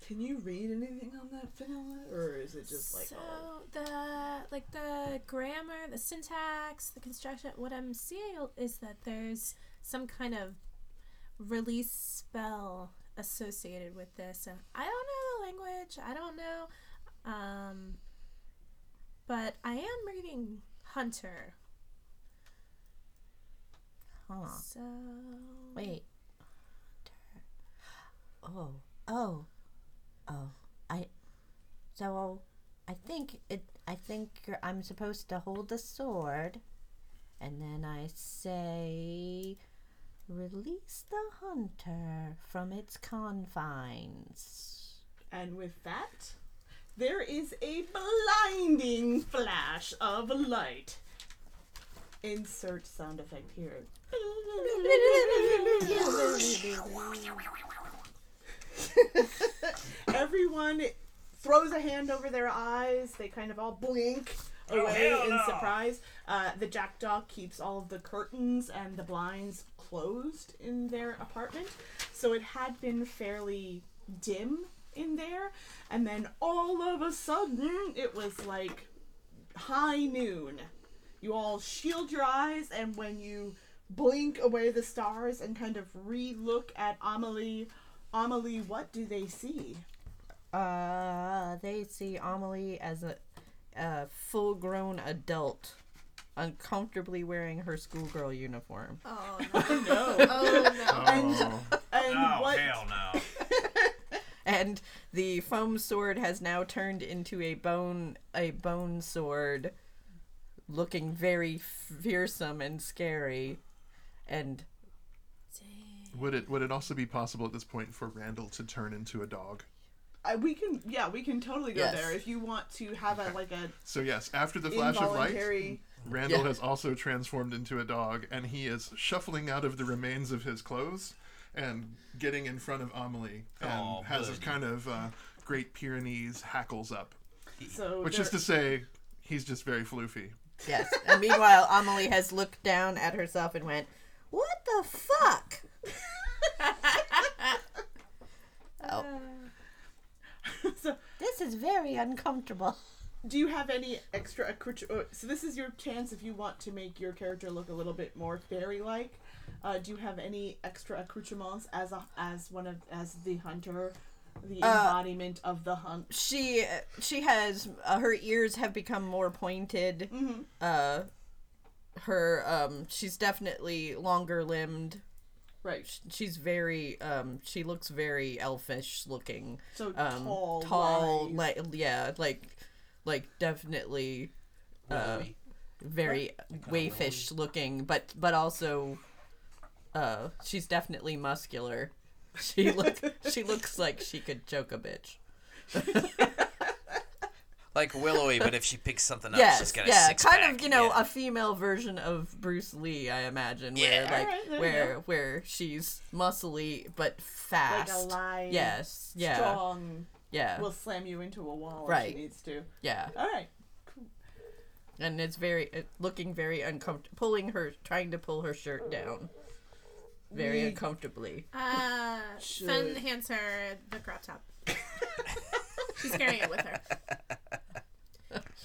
[SPEAKER 10] Can you read anything on that vanilla, or is it just like
[SPEAKER 8] so
[SPEAKER 10] all
[SPEAKER 8] the like the grammar, the syntax, the construction. What I'm seeing is that there's some kind of release spell associated with this, and I don't know the language. I don't know, um, but I am reading Hunter.
[SPEAKER 4] Huh.
[SPEAKER 8] So
[SPEAKER 4] Wait. Oh. Oh. Oh. I. So, I think it. I think you're, I'm supposed to hold the sword, and then I say, "Release the hunter from its confines."
[SPEAKER 6] And with that, there is a blinding flash of light. Insert sound effect here. Everyone throws a hand over their eyes. They kind of all blink away
[SPEAKER 5] Oh, hell
[SPEAKER 6] in
[SPEAKER 5] no.
[SPEAKER 6] surprise. Uh, the jackdaw keeps all of the curtains and the blinds closed in their apartment, so it had been fairly dim in there. And then all of a sudden, it was like high noon. You all shield your eyes, and when you blink away the stars and kind of re look at Amelie, Amelie, what do they see?
[SPEAKER 4] Uh, they see Ah, Amelie as a a full grown adult uncomfortably wearing her schoolgirl uniform.
[SPEAKER 8] Oh
[SPEAKER 6] No.
[SPEAKER 8] Oh no.
[SPEAKER 6] and and
[SPEAKER 5] Oh
[SPEAKER 6] what?
[SPEAKER 5] hell no!
[SPEAKER 4] [laughs] And the foam sword has now turned into a bone a bone sword looking very fearsome and scary. And
[SPEAKER 3] Would it would it also be possible at this point for Randall to turn into a dog?
[SPEAKER 6] I, we can, yeah, we can totally go
[SPEAKER 4] Yes.
[SPEAKER 6] there if you want to have a like a
[SPEAKER 3] So yes, after the [laughs] flash of light,
[SPEAKER 6] involuntary.
[SPEAKER 3] Randall
[SPEAKER 4] Yeah.
[SPEAKER 3] has also transformed into a dog, and he is shuffling out of the remains of his clothes and getting in front of Amelie, and
[SPEAKER 5] Aw,
[SPEAKER 3] has his
[SPEAKER 5] buddy.
[SPEAKER 3] kind of uh, Great Pyrenees hackles up,
[SPEAKER 6] So
[SPEAKER 3] which
[SPEAKER 6] there-
[SPEAKER 3] is to say, he's just very floofy.
[SPEAKER 4] yes. And meanwhile Amelie has looked down at herself and went, What the fuck? [laughs] oh. [laughs]
[SPEAKER 6] So-
[SPEAKER 4] this is very uncomfortable.
[SPEAKER 6] do you have any extra accru- uh, so this is your chance if you want to make your character look a little bit more fairy like uh, do you have any extra accoutrements as a, as one of as the hunter the
[SPEAKER 4] Uh,
[SPEAKER 6] embodiment of the hunt
[SPEAKER 4] she she has uh, her ears have become more pointed.
[SPEAKER 1] Mm-hmm.
[SPEAKER 4] Uh, her um, she's definitely longer limbed.
[SPEAKER 6] right
[SPEAKER 4] She's very um, she looks very elfish looking.
[SPEAKER 6] so
[SPEAKER 4] Um,
[SPEAKER 6] tall
[SPEAKER 4] tall,
[SPEAKER 6] lithe.
[SPEAKER 4] like yeah, like like definitely uh, very waifish looking, but but also uh, she's definitely muscular. She look she looks like she could choke a bitch.
[SPEAKER 5] Like Willowy, but if she picks something up, she's
[SPEAKER 4] yes,
[SPEAKER 5] got a
[SPEAKER 4] yeah,
[SPEAKER 5] six
[SPEAKER 4] kind
[SPEAKER 5] pack.
[SPEAKER 4] of you know
[SPEAKER 5] yeah.
[SPEAKER 4] a female version of Bruce Lee, I imagine, where
[SPEAKER 5] Yeah.
[SPEAKER 4] like
[SPEAKER 6] Alright, there you
[SPEAKER 4] where where she's muscly but fast,
[SPEAKER 6] lion,
[SPEAKER 4] yes, yeah,
[SPEAKER 6] strong
[SPEAKER 4] yeah,
[SPEAKER 6] will slam you into a wall if
[SPEAKER 4] Right.
[SPEAKER 6] she needs to
[SPEAKER 4] yeah,
[SPEAKER 6] all right
[SPEAKER 4] and it's very it, looking very uncomfortable, pulling her, trying to pull her shirt down, very uncomfortably.
[SPEAKER 8] Uh,
[SPEAKER 6] Should-
[SPEAKER 8] Fenn hands her the crop top. She's carrying it with her.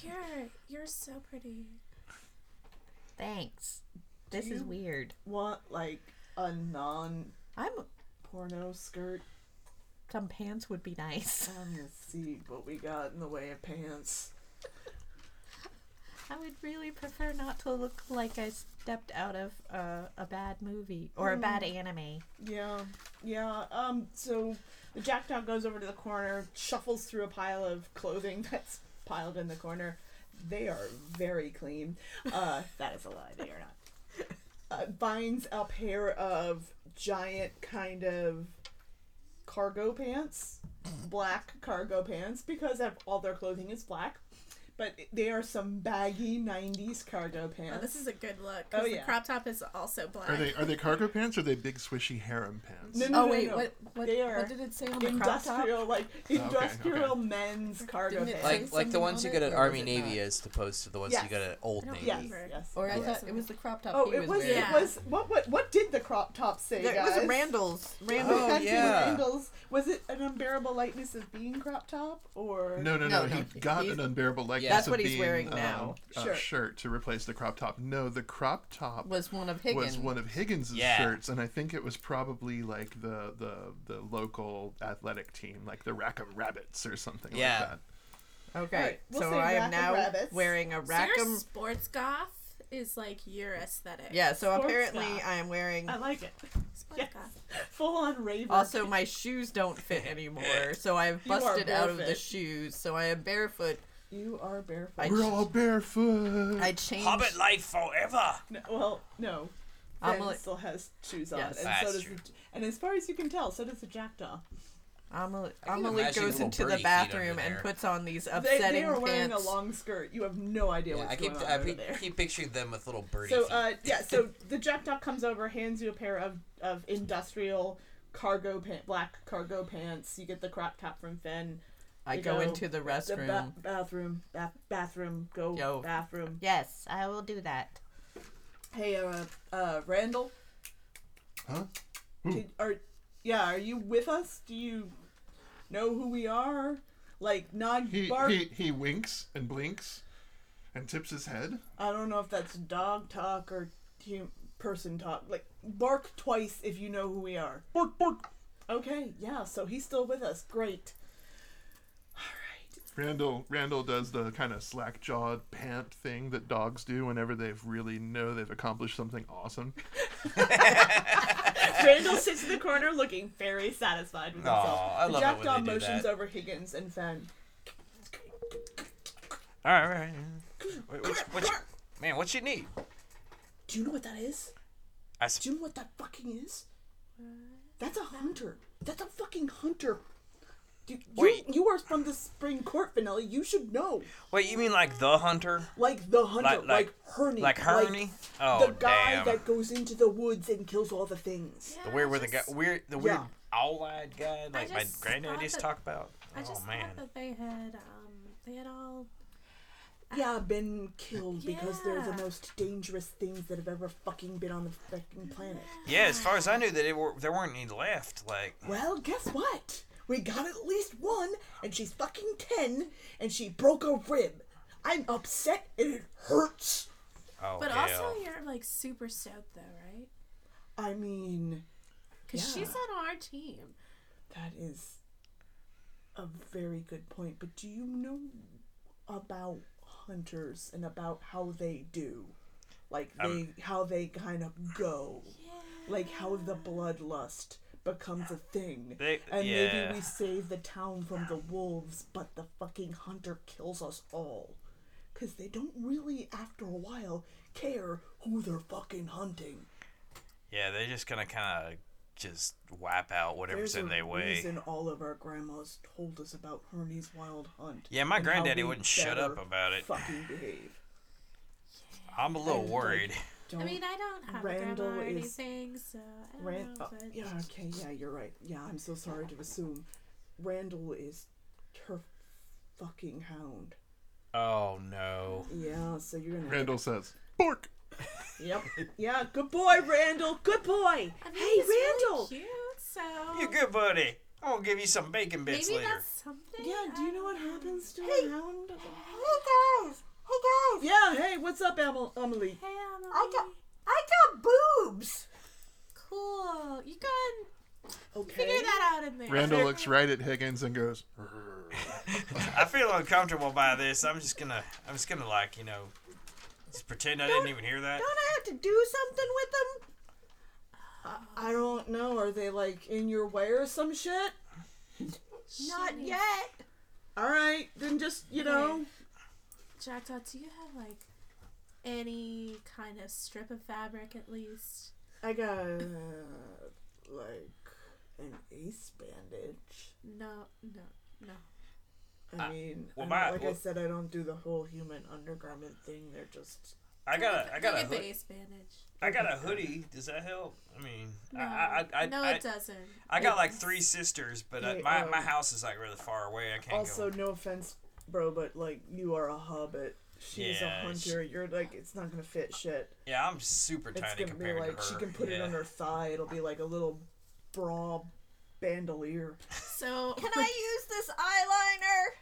[SPEAKER 8] Here, [laughs] you're so pretty.
[SPEAKER 4] Thanks. This
[SPEAKER 6] you-
[SPEAKER 4] is weird.
[SPEAKER 6] want like a non
[SPEAKER 4] I'm
[SPEAKER 6] porno skirt
[SPEAKER 4] some pants would be nice.
[SPEAKER 6] i'm gonna see what we got in the way of pants
[SPEAKER 4] [laughs] I would really prefer not to look like I stepped out of uh, a bad movie or a bad anime.
[SPEAKER 6] Yeah, yeah. Um, so the jackdaw goes over to the corner, shuffles through a pile of clothing [laughs] that's piled in the corner. They are very clean. Uh, [laughs] that is a lie. They are not. Uh, binds a pair of giant kind of cargo pants, black cargo pants, because of all their clothing is black. But they are some baggy '90s cargo
[SPEAKER 8] Oh, this
[SPEAKER 6] pants.
[SPEAKER 8] is a good look. 'cause
[SPEAKER 6] Oh,
[SPEAKER 8] The
[SPEAKER 6] yeah.
[SPEAKER 8] crop top is also black.
[SPEAKER 3] Are they are they cargo pants or are they big swishy harem pants?
[SPEAKER 4] Oh,
[SPEAKER 6] No, no, no, no. They are
[SPEAKER 8] it say on
[SPEAKER 6] industrial like
[SPEAKER 3] okay,
[SPEAKER 6] industrial
[SPEAKER 3] okay.
[SPEAKER 6] men's cargo
[SPEAKER 8] Didn't it
[SPEAKER 6] pants.
[SPEAKER 8] say
[SPEAKER 11] Oh, Like like the
[SPEAKER 8] something
[SPEAKER 11] ones
[SPEAKER 8] on
[SPEAKER 11] you
[SPEAKER 8] it,
[SPEAKER 11] get at
[SPEAKER 8] or
[SPEAKER 11] Army
[SPEAKER 8] was it
[SPEAKER 11] Navy
[SPEAKER 8] not?
[SPEAKER 11] as opposed to the ones
[SPEAKER 6] Yes.
[SPEAKER 11] you get at Old
[SPEAKER 8] I don't
[SPEAKER 11] Navy.
[SPEAKER 6] yes,
[SPEAKER 8] Navy.
[SPEAKER 6] yes.
[SPEAKER 4] Or I
[SPEAKER 8] Yeah.
[SPEAKER 4] thought it was the crop top.
[SPEAKER 6] Oh,
[SPEAKER 4] he
[SPEAKER 6] it was
[SPEAKER 4] wearing.
[SPEAKER 8] Yeah.
[SPEAKER 6] it was what what what did the crop top say,
[SPEAKER 4] There- It
[SPEAKER 6] guys? [laughs]
[SPEAKER 4] was Randall's. Randall.
[SPEAKER 11] Oh,
[SPEAKER 6] Fancy
[SPEAKER 11] yeah.
[SPEAKER 6] Randall's. Was it an unbearable lightness of being crop top or
[SPEAKER 3] No, no, no.
[SPEAKER 4] No, no,
[SPEAKER 3] He got
[SPEAKER 4] he's-
[SPEAKER 3] an unbearable likeness
[SPEAKER 4] That's
[SPEAKER 3] of
[SPEAKER 4] what he's
[SPEAKER 3] being,
[SPEAKER 4] wearing
[SPEAKER 3] um,
[SPEAKER 4] now.
[SPEAKER 3] uh,
[SPEAKER 6] Sure.
[SPEAKER 3] shirt to replace the crop top. No, the crop top
[SPEAKER 4] Was one of Higgins.
[SPEAKER 3] was one of Higgins'
[SPEAKER 5] Yeah.
[SPEAKER 3] shirts, and I think it was probably like the the the local athletic team, like the Rackham Rabbits or something
[SPEAKER 5] Yeah.
[SPEAKER 3] like that.
[SPEAKER 4] Okay,
[SPEAKER 6] Alright, we'll
[SPEAKER 4] so
[SPEAKER 6] say
[SPEAKER 4] I am
[SPEAKER 6] Rackham
[SPEAKER 4] now
[SPEAKER 6] Rabbits.
[SPEAKER 4] wearing a
[SPEAKER 8] So your
[SPEAKER 4] Rackham.
[SPEAKER 8] sports goth is like your aesthetic.
[SPEAKER 4] Yeah, so
[SPEAKER 6] Sports
[SPEAKER 4] apparently
[SPEAKER 6] goth.
[SPEAKER 4] I am wearing.
[SPEAKER 6] I like it.
[SPEAKER 8] Sports
[SPEAKER 6] Yes.
[SPEAKER 8] goth.
[SPEAKER 6] Full on raven.
[SPEAKER 4] Also, my shoes don't fit anymore, so I've
[SPEAKER 6] You are
[SPEAKER 4] busted out of the
[SPEAKER 6] barefoot.
[SPEAKER 4] shoes. So I am barefoot.
[SPEAKER 6] you are barefoot.
[SPEAKER 4] I,
[SPEAKER 3] We're all barefoot.
[SPEAKER 4] I changed.
[SPEAKER 5] Hobbit life forever.
[SPEAKER 6] No, well, no.
[SPEAKER 4] I'm
[SPEAKER 6] Ben
[SPEAKER 4] like-
[SPEAKER 6] still has shoes on,
[SPEAKER 4] Yes.
[SPEAKER 6] and
[SPEAKER 5] That's
[SPEAKER 6] so does
[SPEAKER 5] true.
[SPEAKER 6] the, and as far as you can tell, so does the jackdaw.
[SPEAKER 4] Amelie,
[SPEAKER 11] can
[SPEAKER 4] Amelie
[SPEAKER 11] imagine
[SPEAKER 4] goes
[SPEAKER 11] little
[SPEAKER 4] into
[SPEAKER 11] birdie
[SPEAKER 4] the
[SPEAKER 11] feet
[SPEAKER 4] bathroom
[SPEAKER 11] under
[SPEAKER 4] and
[SPEAKER 11] there.
[SPEAKER 4] puts on these
[SPEAKER 6] They,
[SPEAKER 4] upsetting
[SPEAKER 6] they are wearing
[SPEAKER 4] pants.
[SPEAKER 6] a long skirt. You have no idea
[SPEAKER 11] Yeah,
[SPEAKER 6] what's
[SPEAKER 11] I keep
[SPEAKER 6] going on
[SPEAKER 11] I
[SPEAKER 6] over
[SPEAKER 11] pe-
[SPEAKER 6] there.
[SPEAKER 11] keep picturing them with little birdie
[SPEAKER 6] So
[SPEAKER 11] feet. [laughs]
[SPEAKER 6] uh, yeah,
[SPEAKER 4] [laughs]
[SPEAKER 6] so the jackdaw comes over, hands you a pair of, of industrial cargo pant, black cargo pants. You get the crop top from Finn.
[SPEAKER 4] I
[SPEAKER 6] you
[SPEAKER 4] go
[SPEAKER 6] know,
[SPEAKER 4] into the
[SPEAKER 6] The
[SPEAKER 4] restroom.
[SPEAKER 6] ba- bathroom, ba- bathroom, go
[SPEAKER 4] Yo.
[SPEAKER 6] bathroom.
[SPEAKER 4] yes, I will do that.
[SPEAKER 6] Hey, uh, uh, Randall.
[SPEAKER 3] Huh?
[SPEAKER 6] Could, are yeah, are you with us? Do you know who we are? Like nod,
[SPEAKER 3] he,
[SPEAKER 6] bark.
[SPEAKER 3] he he winks and blinks, and tips his head.
[SPEAKER 6] I don't know if that's dog talk or hum- person talk. Like bark twice if you know who we are.
[SPEAKER 3] Bark bark.
[SPEAKER 5] [laughs]
[SPEAKER 6] Okay, yeah, so he's still with us. Great. All right.
[SPEAKER 3] Randall Randall does the kind of slack jawed pant thing that dogs do whenever they really know they've accomplished something awesome.
[SPEAKER 12] Randall sits in the corner looking very satisfied with
[SPEAKER 5] Aw,
[SPEAKER 12] himself.
[SPEAKER 5] I love it when
[SPEAKER 12] Jackdaw
[SPEAKER 5] they do
[SPEAKER 12] motions
[SPEAKER 5] that.
[SPEAKER 12] over Higgins and then
[SPEAKER 5] All right, all right. What, what, you- what you, man, what you need?
[SPEAKER 6] Do you know what that is?
[SPEAKER 5] I s-
[SPEAKER 6] Do you know what that fucking is? That's a hunter. That's a fucking hunter. You, you,
[SPEAKER 5] Wait.
[SPEAKER 6] you are from the spring court, Vanilla. You should know.
[SPEAKER 5] Wait, you mean like the hunter?
[SPEAKER 6] Like the hunter,
[SPEAKER 5] Like-
[SPEAKER 6] like,
[SPEAKER 5] like-
[SPEAKER 6] Herney.
[SPEAKER 5] like Herney? Oh,
[SPEAKER 6] The guy
[SPEAKER 5] damn.
[SPEAKER 6] that goes into the woods and kills all the things.
[SPEAKER 5] The weird with the guy, weird, the weird
[SPEAKER 6] Yeah.
[SPEAKER 5] owl-eyed guy, like my
[SPEAKER 8] just
[SPEAKER 5] granddad
[SPEAKER 8] thought
[SPEAKER 5] used to
[SPEAKER 8] that-
[SPEAKER 5] talk about.
[SPEAKER 8] I just
[SPEAKER 5] oh man,
[SPEAKER 8] thought that they had um they had all
[SPEAKER 6] Yeah, been killed because they're the
[SPEAKER 8] Yeah.
[SPEAKER 6] most dangerous things that have ever fucking been on the fucking planet.
[SPEAKER 5] yeah. As far as I knew, that it were, there weren't any left. Like,
[SPEAKER 6] Well, guess what? We got at least one, and she's fucking ten, and she broke a rib. I'm upset, and it hurts.
[SPEAKER 5] oh
[SPEAKER 8] But
[SPEAKER 5] hell.
[SPEAKER 8] also you're like super stoked though, right?
[SPEAKER 6] I mean,
[SPEAKER 8] Cuz she's
[SPEAKER 6] Yeah.
[SPEAKER 8] on our team.
[SPEAKER 6] that is a very good point. But do you know about hunters and about how they do? Like they,
[SPEAKER 5] Um,
[SPEAKER 6] how they kind of go, like how the bloodlust becomes a thing,
[SPEAKER 5] They-
[SPEAKER 6] and
[SPEAKER 5] yeah.
[SPEAKER 6] maybe we save the town from the wolves, but the fucking hunter kills us all, because they don't really, after a while, care who they're fucking hunting.
[SPEAKER 5] yeah, they're just gonna kind of just wipe out whatever's in their way.
[SPEAKER 6] reason all of our grandmas told us about Herney's Wild Hunt.
[SPEAKER 5] Yeah, my
[SPEAKER 6] and how
[SPEAKER 5] granddaddy
[SPEAKER 6] we
[SPEAKER 5] wouldn't shut up
[SPEAKER 6] better
[SPEAKER 5] about it.
[SPEAKER 6] Fucking behave.
[SPEAKER 5] I'm a little
[SPEAKER 6] And, like,
[SPEAKER 5] worried.
[SPEAKER 6] Don't.
[SPEAKER 8] I mean, I don't have a
[SPEAKER 6] Oh, Randall
[SPEAKER 8] grandma or
[SPEAKER 6] is-
[SPEAKER 8] anything, so I don't
[SPEAKER 6] Ran-
[SPEAKER 8] know.
[SPEAKER 6] oh,
[SPEAKER 8] But
[SPEAKER 6] yeah, okay, yeah, you're right. Yeah, I'm so sorry to assume. Randall is her fucking hound.
[SPEAKER 5] Oh no.
[SPEAKER 6] Yeah, so you're
[SPEAKER 3] [laughs]
[SPEAKER 6] gonna.
[SPEAKER 3] Randall says, Bork!
[SPEAKER 6] Yep. Yeah, good boy, Randall. Good boy.
[SPEAKER 8] I mean,
[SPEAKER 6] Hey,
[SPEAKER 8] he's really
[SPEAKER 6] Randall.
[SPEAKER 8] cute, so
[SPEAKER 5] You good, buddy? I'm gonna give you some bacon
[SPEAKER 8] maybe
[SPEAKER 5] bits later.
[SPEAKER 8] that's something.
[SPEAKER 6] Yeah, do
[SPEAKER 8] I
[SPEAKER 6] you know
[SPEAKER 8] don't
[SPEAKER 6] what happens to a hound?
[SPEAKER 4] Hey guys, hey guys,
[SPEAKER 6] Yeah, hey, what's up, Emil- Emily?
[SPEAKER 8] Hey, Emily.
[SPEAKER 4] I got, I got boobs.
[SPEAKER 8] Cool. You go and
[SPEAKER 6] Okay.
[SPEAKER 8] figure that out in there.
[SPEAKER 3] Randall looks right at Higgins and goes,
[SPEAKER 5] I feel uncomfortable by this. I'm just gonna, I'm just gonna like, you know, just pretend I didn't even hear that.
[SPEAKER 4] Don't I have to do something with them?
[SPEAKER 6] I don't know. Are they like in your way or some shit?
[SPEAKER 4] Not yet.
[SPEAKER 6] All right, then just you know.
[SPEAKER 8] Jackdaw, do you have like any kind of strip of fabric at least?
[SPEAKER 6] I got uh, like an ace bandage.
[SPEAKER 8] No, no, no.
[SPEAKER 6] I
[SPEAKER 5] Uh,
[SPEAKER 6] mean,
[SPEAKER 5] well,
[SPEAKER 6] I don't-
[SPEAKER 5] my-
[SPEAKER 6] like I
[SPEAKER 5] well-
[SPEAKER 6] said, I don't do the whole human undergarment thing. They're just
[SPEAKER 5] I got a, I got a,
[SPEAKER 8] Look at the
[SPEAKER 5] hood,
[SPEAKER 8] ace bandage.
[SPEAKER 5] I got a hoodie. Does that help? I mean, I, I, I, I,
[SPEAKER 8] no,
[SPEAKER 5] I,
[SPEAKER 8] it doesn't.
[SPEAKER 5] I got like three sisters, but uh
[SPEAKER 6] Hey,
[SPEAKER 5] my,
[SPEAKER 6] um,
[SPEAKER 5] my house is like really far away. I can't
[SPEAKER 6] also
[SPEAKER 5] go.
[SPEAKER 6] no offense, bro, but like you are a hobbit. She's
[SPEAKER 5] Yeah,
[SPEAKER 6] a hunter. You're like it's not gonna fit shit.
[SPEAKER 5] Yeah, I'm super
[SPEAKER 6] It's
[SPEAKER 5] tiny
[SPEAKER 6] gonna be
[SPEAKER 5] compared
[SPEAKER 6] like
[SPEAKER 5] to her.
[SPEAKER 6] she can put it
[SPEAKER 5] Yeah.
[SPEAKER 6] on her thigh. It'll be like a little bra bandolier. [laughs]
[SPEAKER 8] So
[SPEAKER 4] Can I use this eyeliner?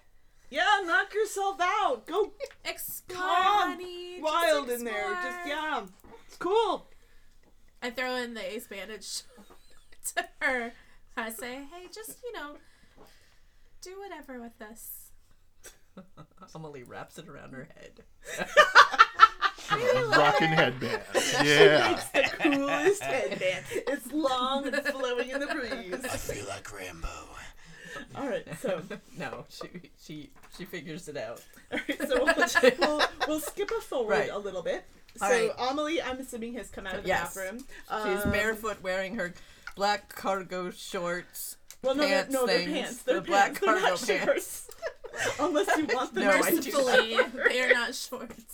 [SPEAKER 6] Yeah, knock yourself out. [laughs] Go
[SPEAKER 8] explore,
[SPEAKER 6] Come
[SPEAKER 8] honey.
[SPEAKER 6] wild
[SPEAKER 8] just
[SPEAKER 6] in there. Just
[SPEAKER 8] explore.
[SPEAKER 6] yeah, it's cool.
[SPEAKER 8] I throw in the ace bandage [laughs] to her. I say, hey, just you know, do whatever with this.
[SPEAKER 1] Emily wraps it around her head.
[SPEAKER 3] Rockin' headband. Yeah.
[SPEAKER 6] It's the coolest headband. It's long and flowing in the breeze.
[SPEAKER 5] feel like Rambo.
[SPEAKER 6] All right, so
[SPEAKER 1] No, she she she figures it out.
[SPEAKER 6] all right, so
[SPEAKER 1] [laughs]
[SPEAKER 6] we'll, we'll, we'll skip a forward
[SPEAKER 1] Right.
[SPEAKER 6] a little bit. So
[SPEAKER 1] All right.
[SPEAKER 6] Amelie, I'm assuming has come out of the
[SPEAKER 1] Yes.
[SPEAKER 6] bathroom.
[SPEAKER 1] She's
[SPEAKER 6] Um,
[SPEAKER 1] barefoot, wearing her black cargo shorts.
[SPEAKER 6] Well, no, they're-
[SPEAKER 1] pants
[SPEAKER 6] no, they're
[SPEAKER 1] things,
[SPEAKER 6] pants. They're
[SPEAKER 1] the black
[SPEAKER 6] pants. They're
[SPEAKER 1] cargo
[SPEAKER 6] not shorts. [laughs] Unless you want them.
[SPEAKER 1] No, I do
[SPEAKER 6] mercifully.
[SPEAKER 8] Mercifully, they are not shorts.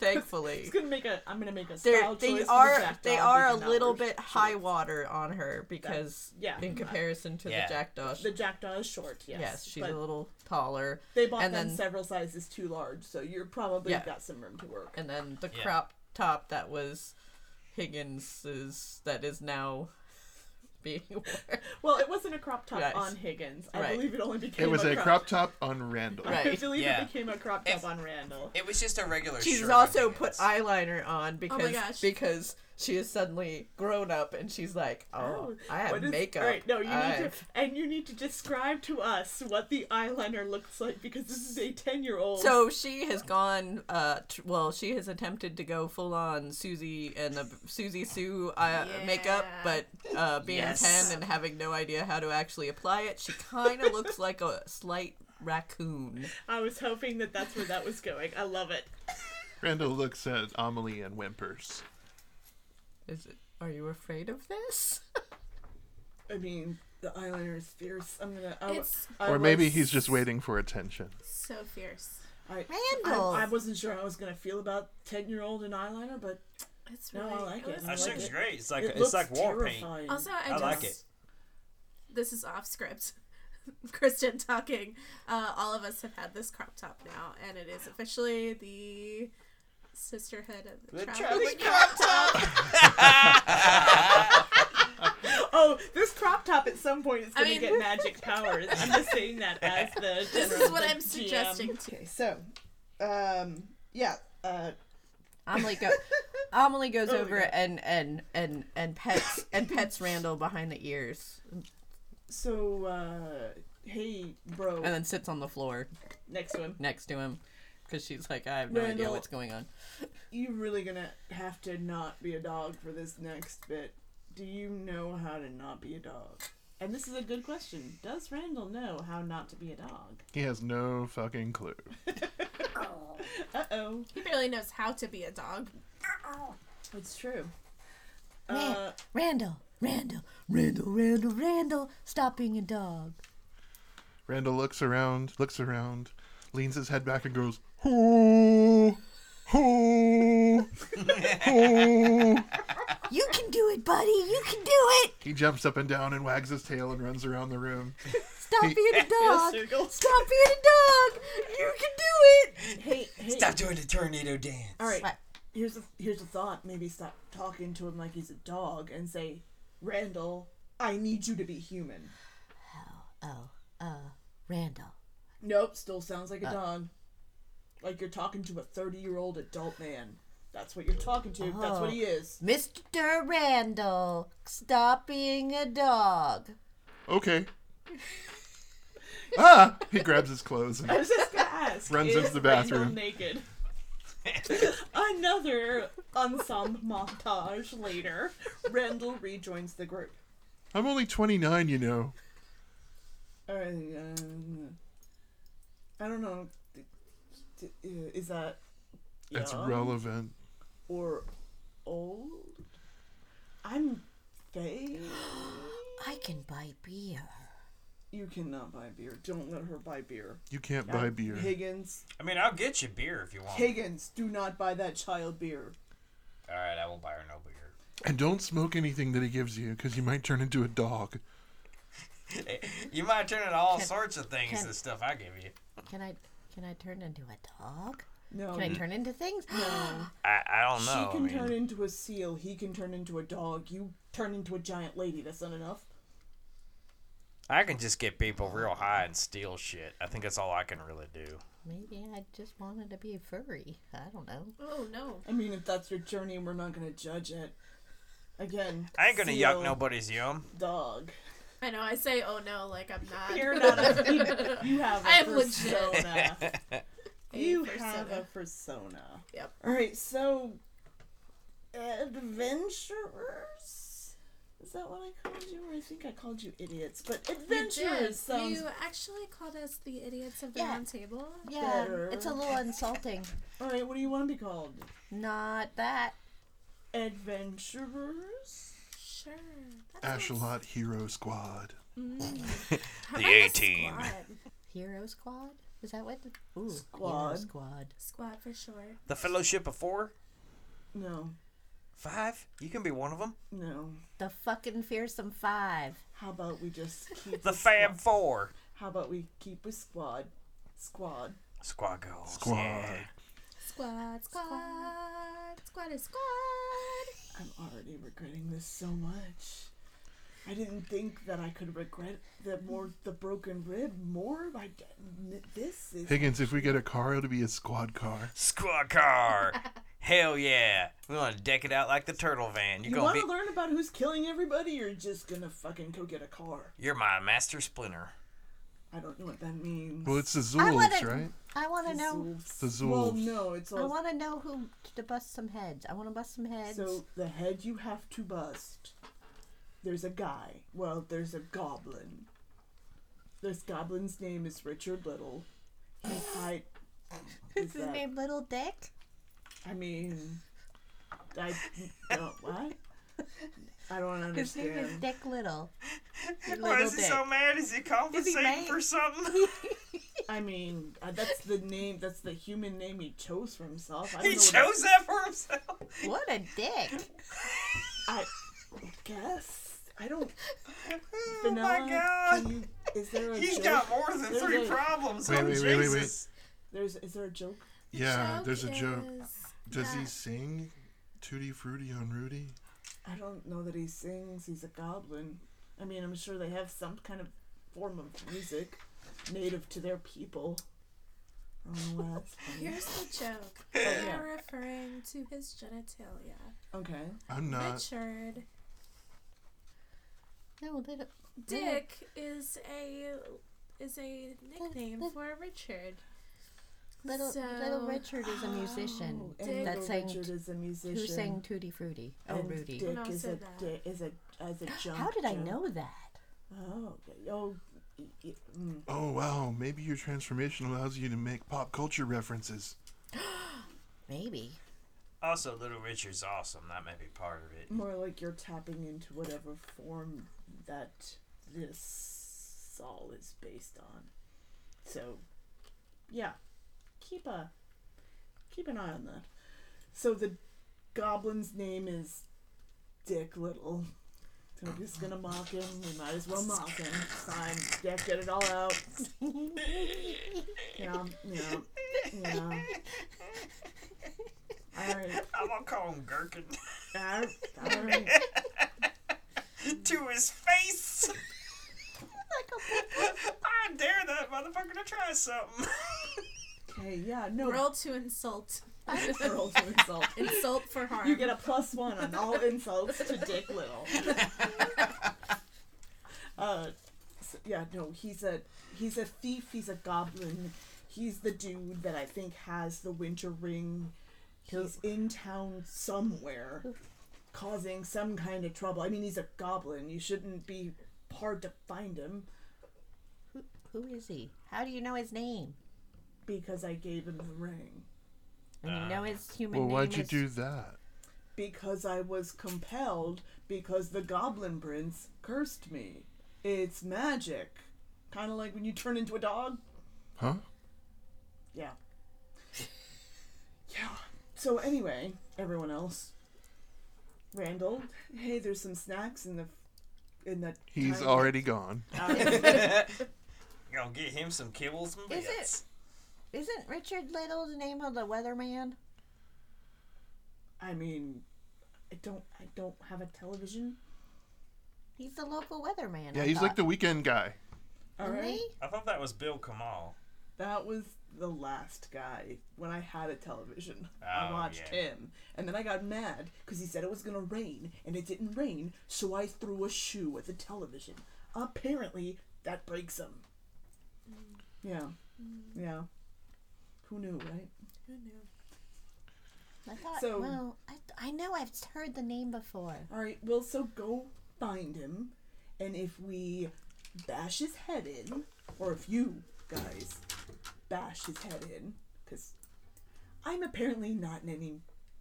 [SPEAKER 1] Thankfully,
[SPEAKER 6] [laughs] It's gonna make a. I'm gonna make a
[SPEAKER 1] they're,
[SPEAKER 6] style choice
[SPEAKER 1] they
[SPEAKER 6] for the
[SPEAKER 1] are
[SPEAKER 6] jackdaw
[SPEAKER 1] they are a
[SPEAKER 6] because now
[SPEAKER 1] little
[SPEAKER 6] we're-
[SPEAKER 1] bit high water on her because
[SPEAKER 6] yeah.
[SPEAKER 1] in comparison to
[SPEAKER 5] Yeah.
[SPEAKER 1] the jackdaw.
[SPEAKER 6] The jackdaw is short. Yes,
[SPEAKER 1] yes, she's
[SPEAKER 6] but
[SPEAKER 1] a little taller.
[SPEAKER 6] They bought
[SPEAKER 1] and
[SPEAKER 6] them
[SPEAKER 1] then-
[SPEAKER 6] several sizes too large, so you're probably
[SPEAKER 1] Yeah.
[SPEAKER 6] got some room to work.
[SPEAKER 1] and then the
[SPEAKER 5] Yeah.
[SPEAKER 1] crop top that was Higgins's that is
[SPEAKER 4] [laughs]
[SPEAKER 1] now being worn.
[SPEAKER 6] Well, it wasn't a crop top
[SPEAKER 1] Right.
[SPEAKER 6] on Higgins. I
[SPEAKER 1] Right.
[SPEAKER 6] believe it only became
[SPEAKER 3] It was
[SPEAKER 6] a,
[SPEAKER 3] a crop top on Randall.
[SPEAKER 6] [laughs]
[SPEAKER 1] Right.
[SPEAKER 6] I believe
[SPEAKER 5] Yeah.
[SPEAKER 6] it became a crop top
[SPEAKER 13] If-
[SPEAKER 6] on Randall.
[SPEAKER 13] It was just a regular.
[SPEAKER 1] She's
[SPEAKER 13] shirt, I
[SPEAKER 1] also
[SPEAKER 13] think
[SPEAKER 1] put
[SPEAKER 13] it's-
[SPEAKER 4] Oh
[SPEAKER 1] eyeliner on because
[SPEAKER 8] gosh.
[SPEAKER 1] because
[SPEAKER 4] she is suddenly grown up and she's like, oh, I have
[SPEAKER 2] what is-
[SPEAKER 4] makeup.
[SPEAKER 2] All right, no, you
[SPEAKER 4] I-
[SPEAKER 2] need to, and you need to describe to us what the eyeliner looks like because this is a ten-year-old.
[SPEAKER 4] So she has gone. Uh, t- well, she has attempted to go full on Susie and the Susie Sue uh, makeup, but uh, being
[SPEAKER 5] Yes.
[SPEAKER 4] ten and having no idea how to actually apply it, she kind of looks like a slight raccoon.
[SPEAKER 2] I was hoping that that's where that was going. I love it.
[SPEAKER 3] Randall looks at Amelie and whimpers.
[SPEAKER 4] Is it? Are you afraid of this?
[SPEAKER 6] I mean, the eyeliner is fierce. I'm gonna. I, w-
[SPEAKER 8] It's
[SPEAKER 6] I
[SPEAKER 3] Or maybe
[SPEAKER 6] was-
[SPEAKER 3] he's just waiting for attention.
[SPEAKER 8] so fierce.
[SPEAKER 6] I,
[SPEAKER 4] Randall.
[SPEAKER 6] I, I wasn't sure how I was gonna feel about ten-year-old and eyeliner, but
[SPEAKER 8] It's
[SPEAKER 6] No,
[SPEAKER 8] really.
[SPEAKER 6] I like it. I like
[SPEAKER 5] That
[SPEAKER 8] really
[SPEAKER 5] shit's
[SPEAKER 6] it.
[SPEAKER 5] great. It's like
[SPEAKER 6] it
[SPEAKER 5] it's
[SPEAKER 6] looks
[SPEAKER 5] like war paint.
[SPEAKER 6] terrifying.
[SPEAKER 8] Also, I,
[SPEAKER 5] I
[SPEAKER 8] just,
[SPEAKER 5] like it.
[SPEAKER 8] This is off script. [laughs] Kristen talking. Uh, all of us have had this crop top now, and it is officially the sisterhood of the,
[SPEAKER 5] The
[SPEAKER 8] traveling.
[SPEAKER 5] traveling
[SPEAKER 8] crop top.
[SPEAKER 2] Oh, this crop top at some point is
[SPEAKER 8] I
[SPEAKER 2] going to
[SPEAKER 8] mean-
[SPEAKER 2] get
[SPEAKER 8] [laughs]
[SPEAKER 2] magic powers. I'm just saying that as the.
[SPEAKER 8] This
[SPEAKER 2] general-
[SPEAKER 8] is what
[SPEAKER 2] the
[SPEAKER 8] I'm
[SPEAKER 2] GM.
[SPEAKER 8] suggesting. To.
[SPEAKER 6] Okay, so, um, yeah, uh,
[SPEAKER 4] [laughs] Amelie go. Amelie [laughs] goes
[SPEAKER 6] my
[SPEAKER 4] over
[SPEAKER 6] God.
[SPEAKER 4] and and and and pets and [coughs] pets Randall behind the ears,
[SPEAKER 6] so, uh, hey, bro,
[SPEAKER 8] Uh,
[SPEAKER 4] and then sits on the floor
[SPEAKER 6] next one.
[SPEAKER 4] next to him, because she's like, I have no idea
[SPEAKER 6] Randall.
[SPEAKER 4] what's going on.
[SPEAKER 6] You really gonna have to not be a dog for this next bit. Do you know how to not be a dog? And this is a good question. Does Randall know how not to be a dog?
[SPEAKER 3] He has no fucking clue.
[SPEAKER 6] Uh oh.
[SPEAKER 8] He barely knows how to be a dog.
[SPEAKER 6] It's true.
[SPEAKER 4] Man.
[SPEAKER 6] Uh,
[SPEAKER 4] Randall, Randall, Randall, Randall, Randall, stop being a dog.
[SPEAKER 3] Randall looks around, looks around, leans his head back and goes, Hoo! Hoo! Hoo!
[SPEAKER 4] You can do it, buddy. You can do it.
[SPEAKER 3] He jumps up and down and wags his tail and runs around the room.
[SPEAKER 4] Stop being
[SPEAKER 6] [laughs]
[SPEAKER 4] a dog.
[SPEAKER 2] circle.
[SPEAKER 4] Stop being a dog. You can do it.
[SPEAKER 6] hey, hey.
[SPEAKER 11] Stop doing the tornado dance.
[SPEAKER 6] All right.
[SPEAKER 4] What?
[SPEAKER 6] Here's a here's a thought. Maybe stop talking to him like he's a dog and say, Randall, I need you to be human.
[SPEAKER 4] Oh, uh, Randall.
[SPEAKER 6] Nope, still sounds like a dog. Like you're talking to a 30 year old adult man. That's what you're talking to. That's what he is.
[SPEAKER 4] Mr. Randall, stop being a dog.
[SPEAKER 6] [laughs]
[SPEAKER 3] Okay. ah! He grabs his clothes and
[SPEAKER 2] I was
[SPEAKER 6] [laughs]
[SPEAKER 2] just going to ask.
[SPEAKER 3] Runs
[SPEAKER 2] is
[SPEAKER 3] into the
[SPEAKER 2] Randall
[SPEAKER 3] bathroom.
[SPEAKER 2] naked. Another ensemble montage later.
[SPEAKER 6] Randall rejoins the group.
[SPEAKER 3] I'm only 29, you know.
[SPEAKER 6] All right. um, I don't know. d- d- uh, Is that
[SPEAKER 3] That's
[SPEAKER 6] young
[SPEAKER 3] relevant.
[SPEAKER 6] or old? I'm fake.
[SPEAKER 4] I can buy beer.
[SPEAKER 6] You cannot buy beer. Don't let her buy beer.
[SPEAKER 3] You can't buy beer.
[SPEAKER 6] Higgins.
[SPEAKER 5] I mean, I'll get you beer if you want.
[SPEAKER 6] Higgins, do not buy that child beer.
[SPEAKER 5] All right, I will buy her no beer.
[SPEAKER 3] And don't smoke anything that he gives you, because you might turn into a dog.
[SPEAKER 5] You might turn into all sorts of things.
[SPEAKER 4] can-
[SPEAKER 5] the stuff I give you.
[SPEAKER 4] Can I? Can I turn into a dog?
[SPEAKER 6] No.
[SPEAKER 4] Can I turn into things?
[SPEAKER 5] I, I don't
[SPEAKER 6] she
[SPEAKER 5] know.
[SPEAKER 6] can
[SPEAKER 5] I mean,
[SPEAKER 6] turn into a seal. He can turn into a dog. You turn into a giant lady. That's not enough.
[SPEAKER 5] I can just get people real high and steal shit. I think that's all I can really do.
[SPEAKER 4] Maybe I just wanted to be a furry. I don't know.
[SPEAKER 8] Oh no.
[SPEAKER 6] I mean, if that's your journey, we're not gonna judge it. Again,
[SPEAKER 5] I ain't gonna
[SPEAKER 6] seal,
[SPEAKER 5] yuck nobody's yum.
[SPEAKER 6] dog.
[SPEAKER 8] I know. I say oh no like I'm not.
[SPEAKER 6] You're not a. You have a
[SPEAKER 8] I am legit.
[SPEAKER 6] persona.
[SPEAKER 8] a
[SPEAKER 6] You have a
[SPEAKER 8] persona.
[SPEAKER 6] persona.
[SPEAKER 8] Yep.
[SPEAKER 6] All right, so adventurers. Is that what I called you? Or I think I called you idiots, but
[SPEAKER 8] [laughs] You,
[SPEAKER 6] adventurers sounds.
[SPEAKER 8] you actually called us the idiots of the
[SPEAKER 4] Yeah.
[SPEAKER 8] round table.
[SPEAKER 4] Yeah,
[SPEAKER 6] Better.
[SPEAKER 4] it's a little insulting.
[SPEAKER 6] All right, what do you want to be called?
[SPEAKER 4] Not that.
[SPEAKER 6] Adventurers.
[SPEAKER 8] Sure. That sounds-
[SPEAKER 3] Ashelot Hero Squad.
[SPEAKER 8] How
[SPEAKER 5] The
[SPEAKER 8] about a
[SPEAKER 5] A-team.
[SPEAKER 8] Squad?
[SPEAKER 4] Hero Squad? Is that what? The, ooh, Hero
[SPEAKER 6] Squad.
[SPEAKER 4] Squad.
[SPEAKER 8] squad for sure.
[SPEAKER 5] The Fellowship of Four,
[SPEAKER 6] No,
[SPEAKER 5] Five. You can be one of them.
[SPEAKER 6] no.
[SPEAKER 4] The fucking fearsome five.
[SPEAKER 6] How about we
[SPEAKER 8] [laughs]
[SPEAKER 6] just keep
[SPEAKER 5] The
[SPEAKER 6] with
[SPEAKER 5] Fab
[SPEAKER 6] squad-
[SPEAKER 5] Four.
[SPEAKER 6] How about we keep with squad, squad.
[SPEAKER 5] Squad goals.
[SPEAKER 3] Squad.
[SPEAKER 5] Yeah.
[SPEAKER 8] Squad, squad, squad is squad.
[SPEAKER 6] I'm already regretting this so much. I didn't think that I could regret the more the broken rib more. I, this is
[SPEAKER 3] Higgins, if we get a car, it'll be a squad car.
[SPEAKER 5] [laughs] Squad car. Hell yeah. We want to deck it out like the turtle van. You're
[SPEAKER 6] You
[SPEAKER 5] going
[SPEAKER 6] want
[SPEAKER 5] to
[SPEAKER 6] to
[SPEAKER 5] be.
[SPEAKER 6] learn about who's killing everybody, or just gonna fucking go get a car?
[SPEAKER 5] You're my master splinter.
[SPEAKER 6] I don't know what that means.
[SPEAKER 3] Well, it's the
[SPEAKER 4] I
[SPEAKER 3] Zulus,
[SPEAKER 4] wanna-
[SPEAKER 3] right?
[SPEAKER 4] I want to know.
[SPEAKER 3] The Zulus.
[SPEAKER 6] Well, no, it's
[SPEAKER 4] I
[SPEAKER 6] all.
[SPEAKER 4] want to know who to bust some heads. I want to bust some heads. [laughs]
[SPEAKER 6] So the head you have to bust. There's a guy. Well, there's a goblin. This goblin's name is Richard Little. He's high.
[SPEAKER 4] is
[SPEAKER 6] is
[SPEAKER 4] his
[SPEAKER 6] that-
[SPEAKER 4] name Little Dick?
[SPEAKER 6] I mean, I no, what? I don't
[SPEAKER 4] His name
[SPEAKER 6] understand.
[SPEAKER 4] is
[SPEAKER 6] [laughs]
[SPEAKER 4] Dick Little.
[SPEAKER 5] Why is he so mad? Is he compensating
[SPEAKER 4] mad?
[SPEAKER 5] for something?
[SPEAKER 6] I mean, uh, that's the name. That's the human name he chose for himself. I don't
[SPEAKER 5] he
[SPEAKER 6] know what
[SPEAKER 5] chose that for himself.
[SPEAKER 4] What a dick!
[SPEAKER 6] [laughs] I guess I don't.
[SPEAKER 5] Oh
[SPEAKER 6] Vanilla,
[SPEAKER 5] my god.
[SPEAKER 6] Can you, is there a
[SPEAKER 5] He's
[SPEAKER 6] joke?
[SPEAKER 5] got more than
[SPEAKER 6] There's
[SPEAKER 5] three
[SPEAKER 6] a-
[SPEAKER 5] problems.
[SPEAKER 3] Wait,
[SPEAKER 5] oh,
[SPEAKER 3] wait, wait, wait, wait.
[SPEAKER 5] Jesus.
[SPEAKER 6] There's is there a joke?
[SPEAKER 3] Yeah, there's a
[SPEAKER 8] Joke
[SPEAKER 3] joke.
[SPEAKER 8] is
[SPEAKER 3] Does he
[SPEAKER 8] that-
[SPEAKER 3] sing Tutti Frutti on Rudy?
[SPEAKER 6] I don't know that he sings. He's a goblin. I mean, I'm sure they have some kind of form of music native to their people. I don't know why that's
[SPEAKER 8] [laughs]
[SPEAKER 6] funny.
[SPEAKER 8] Here's the joke.
[SPEAKER 6] yeah.
[SPEAKER 8] They're referring to his genitalia.
[SPEAKER 6] Okay.
[SPEAKER 3] I'm not.
[SPEAKER 8] Richard
[SPEAKER 4] No, they don't.
[SPEAKER 8] Dick is a is a nickname
[SPEAKER 4] Little-
[SPEAKER 8] for Richard.
[SPEAKER 4] Little Little
[SPEAKER 8] So-
[SPEAKER 4] Richard is a musician.
[SPEAKER 6] Oh, and
[SPEAKER 4] That's
[SPEAKER 6] Little
[SPEAKER 4] saying
[SPEAKER 6] Richard is a musician.
[SPEAKER 4] Who sang Tutti Frutti? Oh,
[SPEAKER 6] and
[SPEAKER 4] Rudy.
[SPEAKER 6] Dick
[SPEAKER 8] And
[SPEAKER 6] is
[SPEAKER 8] also
[SPEAKER 6] a
[SPEAKER 8] that.
[SPEAKER 6] di- is a as a junk.
[SPEAKER 4] How did I
[SPEAKER 6] joke.
[SPEAKER 4] know that?
[SPEAKER 6] Oh, okay. oh, y- y- mm.
[SPEAKER 3] Oh wow, maybe your transformation allows you to make pop culture references.
[SPEAKER 4] Maybe.
[SPEAKER 5] Also, Little Richard's awesome. That may be part of it.
[SPEAKER 6] more like you're tapping into whatever form that this all is based on. So, yeah, keep a keep an eye on that. So the goblin's name is Dick Little. So we're just gonna mock him. We might as well mock him. Fine, yeah, get it all out. yeah, yeah, yeah. All right,
[SPEAKER 5] I'm gonna call him Gherkin [laughs]
[SPEAKER 6] all right, all right.
[SPEAKER 5] to his face. [laughs] I dare that motherfucker to try something. [laughs]
[SPEAKER 6] Okay, yeah, no.
[SPEAKER 8] Roll to insult.
[SPEAKER 6] Roll to insult.
[SPEAKER 8] insult for
[SPEAKER 6] [laughs]
[SPEAKER 8] harm.
[SPEAKER 6] You get a plus one on all insults to Dick Little. uh, s yeah, no, he's a he's a thief. He's a goblin. He's the dude that I think has the Winter Ring. He's in town somewhere, causing some kind of trouble. I mean, he's a goblin. You shouldn't be hard to find him
[SPEAKER 4] Who is he? How do you know his name?
[SPEAKER 6] because I gave him the ring.
[SPEAKER 4] And you know his human
[SPEAKER 3] Uh, Well,
[SPEAKER 4] name.
[SPEAKER 3] why'd you
[SPEAKER 4] is-
[SPEAKER 3] do that?
[SPEAKER 6] because I was compelled because the goblin prince cursed me. It's magic. Kind of like when you turn into a dog.
[SPEAKER 3] Huh?
[SPEAKER 6] Yeah. yeah. So anyway, everyone else. Randall, hey, there's some snacks in the in the
[SPEAKER 3] He's
[SPEAKER 6] tiny-
[SPEAKER 3] already gone.
[SPEAKER 5] Gonna get him some kibbles and
[SPEAKER 4] Is it-
[SPEAKER 5] bits.
[SPEAKER 4] Isn't Richard Little the name of the weatherman?
[SPEAKER 6] I mean, I don't I don't have a television.
[SPEAKER 4] He's the local weatherman.
[SPEAKER 3] Yeah,
[SPEAKER 4] I
[SPEAKER 3] he's like
[SPEAKER 4] thought.
[SPEAKER 3] the weekend guy.
[SPEAKER 6] All
[SPEAKER 4] Isn't
[SPEAKER 6] right.
[SPEAKER 4] he?
[SPEAKER 5] I thought that was Bill Kamal.
[SPEAKER 6] That was the last guy when I had a television.
[SPEAKER 5] Oh,
[SPEAKER 6] I watched
[SPEAKER 5] yeah.
[SPEAKER 6] him. And then I got mad because he said it was going to rain, and it didn't rain, so I threw a shoe at the television. Apparently, that breaks him. Yeah. Yeah. Who knew, right?
[SPEAKER 8] Who knew?
[SPEAKER 4] I thought.
[SPEAKER 6] So-
[SPEAKER 4] well, I, I know I've heard the name before.
[SPEAKER 6] All right, well, so go find him, and if we bash his head in, or if you guys bash his head in, because I'm apparently not in any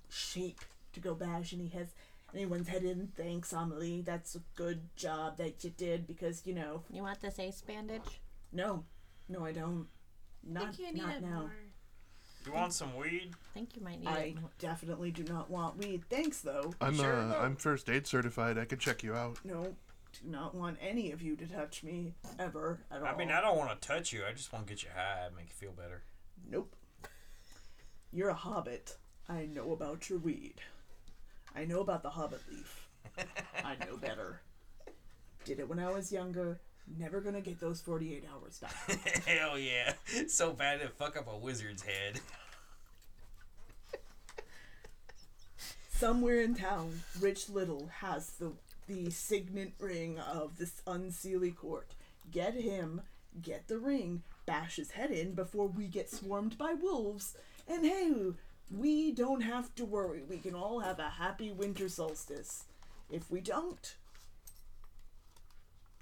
[SPEAKER 6] shape to go bash any heads, anyone's head in. Thanks, Amelie. That's a good job that you did, because, you know,
[SPEAKER 4] You want this ace bandage?
[SPEAKER 6] no, no, I don't.
[SPEAKER 8] I
[SPEAKER 6] Not,
[SPEAKER 8] think you need
[SPEAKER 6] not
[SPEAKER 8] it
[SPEAKER 6] now.
[SPEAKER 8] more.
[SPEAKER 5] You want some weed?
[SPEAKER 4] I think you might need
[SPEAKER 6] I
[SPEAKER 4] it. more.
[SPEAKER 6] definitely do not want weed. Thanks, though.
[SPEAKER 3] I'm
[SPEAKER 6] Sure,
[SPEAKER 3] uh,
[SPEAKER 6] no.
[SPEAKER 3] I'm first aid certified. I could check you out.
[SPEAKER 6] No, do not want any of you to touch me ever at all.
[SPEAKER 5] I mean, I don't want to touch you. I just want to get you high, make you feel better. [laughs]
[SPEAKER 6] Nope. You're a hobbit. I know about your weed. I know about the hobbit leaf. I know better. Did it when I was younger. Never gonna get those 48 hours back.
[SPEAKER 5] Hell yeah. [laughs] So bad it fuck up a wizard's head.
[SPEAKER 6] Somewhere in town, Rich Little has the the signet ring of this unseelie court. Get him, get the ring, bash his head in before we get swarmed by wolves, and hey, we don't have to worry. We can all have a happy winter solstice. If we don't,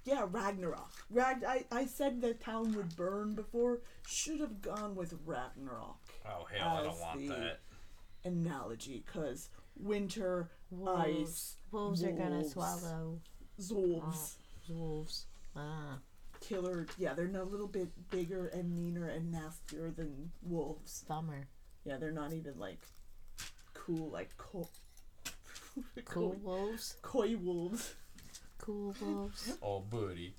[SPEAKER 6] yeah, Ragnarok. Rag- I, I said the town would burn before. Should have gone with Ragnarok.
[SPEAKER 5] [laughs] Oh hell, I
[SPEAKER 6] as
[SPEAKER 5] don't want
[SPEAKER 6] the
[SPEAKER 5] that.
[SPEAKER 6] Analogy, because winter, ice,
[SPEAKER 14] Wolves are gonna
[SPEAKER 6] wolves,
[SPEAKER 14] swallow Oh.
[SPEAKER 6] Zorbs,
[SPEAKER 14] wolves. Ah.
[SPEAKER 6] killer. Yeah, they're no- a little bit bigger and meaner and nastier than wolves.
[SPEAKER 14] Bummer.
[SPEAKER 6] Yeah, they're not even like cool, like [laughs] cool.
[SPEAKER 14] Cool wolves.
[SPEAKER 6] Koi wolves. [laughs]
[SPEAKER 14] Cool wolves.
[SPEAKER 5] Oh buddy.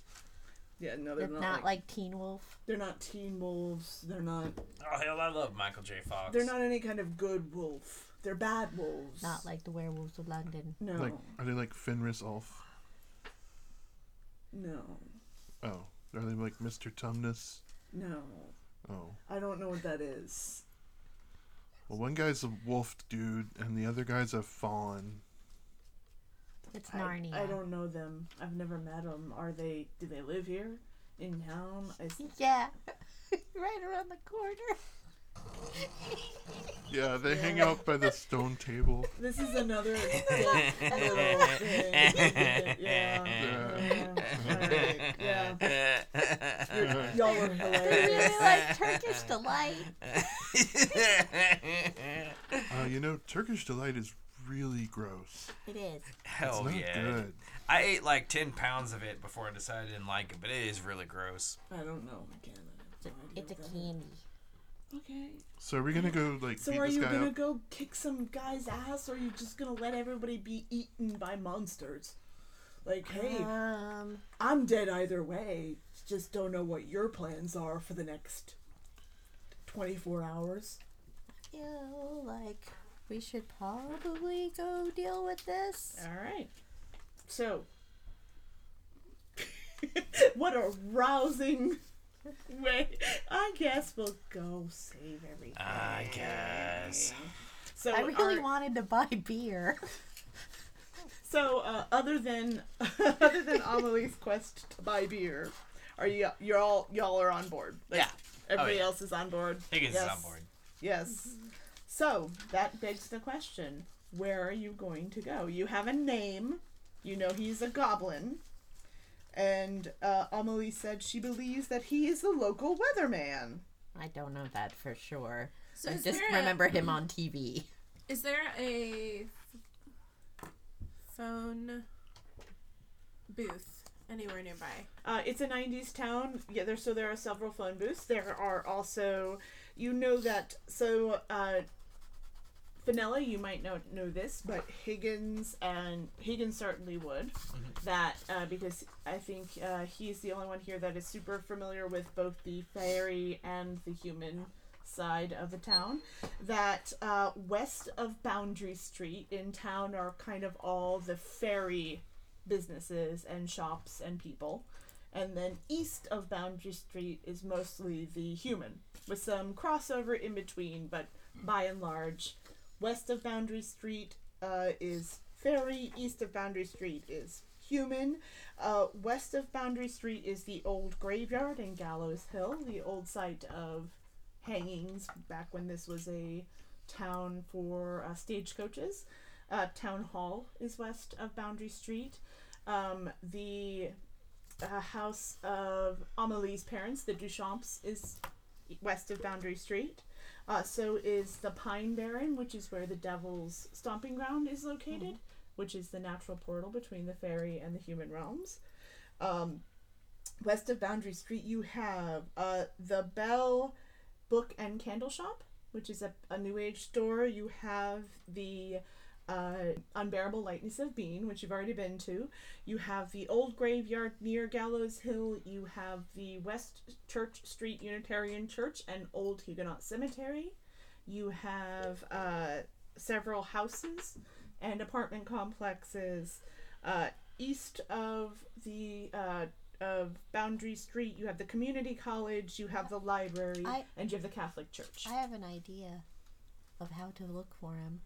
[SPEAKER 6] Yeah, no, they're
[SPEAKER 14] They're
[SPEAKER 6] not.
[SPEAKER 14] not,
[SPEAKER 6] like,
[SPEAKER 14] like Teen Wolf.
[SPEAKER 6] they're not teen wolves. They're not.
[SPEAKER 5] Oh hell, I love Michael J. Fox.
[SPEAKER 6] They're not any kind of good wolf. They're bad wolves.
[SPEAKER 14] Not like the werewolves of London.
[SPEAKER 6] no,
[SPEAKER 7] Like, are they like Fenris Ulf?
[SPEAKER 6] no,
[SPEAKER 7] Oh, are they like Mr. Tumnus?
[SPEAKER 6] no.
[SPEAKER 7] Oh,
[SPEAKER 6] I don't know what that is.
[SPEAKER 7] well, one guy's a wolf dude, and the other guy's a fawn.
[SPEAKER 14] It's
[SPEAKER 6] I-
[SPEAKER 14] Narnia.
[SPEAKER 6] I, don't know them. I've never met them. Are they? Do they live here in town? I s-
[SPEAKER 14] [laughs] Yeah. [laughs] right around the
[SPEAKER 6] [laughs]
[SPEAKER 14] corner.
[SPEAKER 7] Yeah, they hang out by the stone table.
[SPEAKER 6] this is another [laughs] little thing. Yeah. yeah. All right. Yeah. You're- Y'all are
[SPEAKER 14] They
[SPEAKER 4] [laughs]
[SPEAKER 6] hilarious.
[SPEAKER 14] really like Turkish delight.
[SPEAKER 7] Uh, you know, Turkish delight is really gross.
[SPEAKER 14] It is.
[SPEAKER 7] It's
[SPEAKER 5] Hell
[SPEAKER 7] not
[SPEAKER 5] Oh, yeah.
[SPEAKER 7] good.
[SPEAKER 5] I ate like ten pounds of it before I decided I didn't like it, but it is really gross.
[SPEAKER 6] I don't know. Again, I have no idea
[SPEAKER 14] It's a
[SPEAKER 6] what that
[SPEAKER 14] candy.
[SPEAKER 6] is. Okay.
[SPEAKER 7] So are we gonna go like
[SPEAKER 6] So
[SPEAKER 7] beat
[SPEAKER 6] are
[SPEAKER 7] this
[SPEAKER 6] you
[SPEAKER 7] guy
[SPEAKER 6] gonna
[SPEAKER 7] up?
[SPEAKER 6] go kick some guy's ass, or are you just gonna let everybody be eaten by monsters? Like, hey,
[SPEAKER 14] Um,
[SPEAKER 6] I'm dead either way. Just don't know what your plans are for the next 24 hours.
[SPEAKER 14] feel like we should probably go deal with this.
[SPEAKER 6] All right. So, [laughs] what a rousing way. I guess we'll go save everything.
[SPEAKER 5] I guess.
[SPEAKER 6] So
[SPEAKER 14] I really
[SPEAKER 6] our-
[SPEAKER 14] wanted to buy beer.
[SPEAKER 6] So, uh, other than [laughs] other than Amelie's quest to buy beer, are you you're all y'all are on board? Like,
[SPEAKER 5] Yeah. Oh,
[SPEAKER 6] Everybody
[SPEAKER 5] yeah.
[SPEAKER 6] else is on board.
[SPEAKER 5] Higgins
[SPEAKER 6] yes.
[SPEAKER 5] is on board.
[SPEAKER 6] Yes. So that begs the question: Where are you going to go? You have a name. You know he's a goblin, and uh, Amelie said she believes that he is the local weatherman.
[SPEAKER 14] I don't know that for sure.
[SPEAKER 8] So
[SPEAKER 14] I
[SPEAKER 8] is
[SPEAKER 14] just
[SPEAKER 8] there a-
[SPEAKER 14] remember him on TV.
[SPEAKER 8] Is there a f- phone booth anywhere nearby?
[SPEAKER 6] Uh, it's a '90s town. Yeah, there. So there are several phone booths. There are also, you know that. So, uh, Finella, you might not know this, but Higgins and Higgins certainly would. That uh, because I think uh, he's the only one here that is super familiar with both the fairy and the human side of the town. That uh, west of Boundary Street in town are kind of all the fairy businesses and shops and people. And then east of Boundary Street is mostly the human, with some crossover in between, but by and large, west of Boundary Street uh, is fairy, east of Boundary Street is human. Uh, west of Boundary Street is the old graveyard in Gallows Hill, the old site of hangings back when this was a town for uh, stagecoaches. Uh, town Hall is west of Boundary Street. Um, the uh, house of Amelie's parents, the Duchamps, is west of Boundary Street. Uh, so is the Pine Barren, which is where the Devil's Stomping Ground is located, which is the natural portal between the fairy and the human realms. Um, west of Boundary Street, you have uh, the Bell Book and Candle Shop, which is a, a New Age store. You have the uh, Unbearable Lightness of Being, which you've already been to. You have the Old Graveyard near Gallows Hill. You have the West Church Street Unitarian Church and Old Huguenot Cemetery. You have uh, several houses and apartment complexes. Uh, east of the uh, of Boundary Street, you have the community college, you have the library,
[SPEAKER 14] I-
[SPEAKER 6] and you have the Catholic Church.
[SPEAKER 14] I have an idea of how to look for him.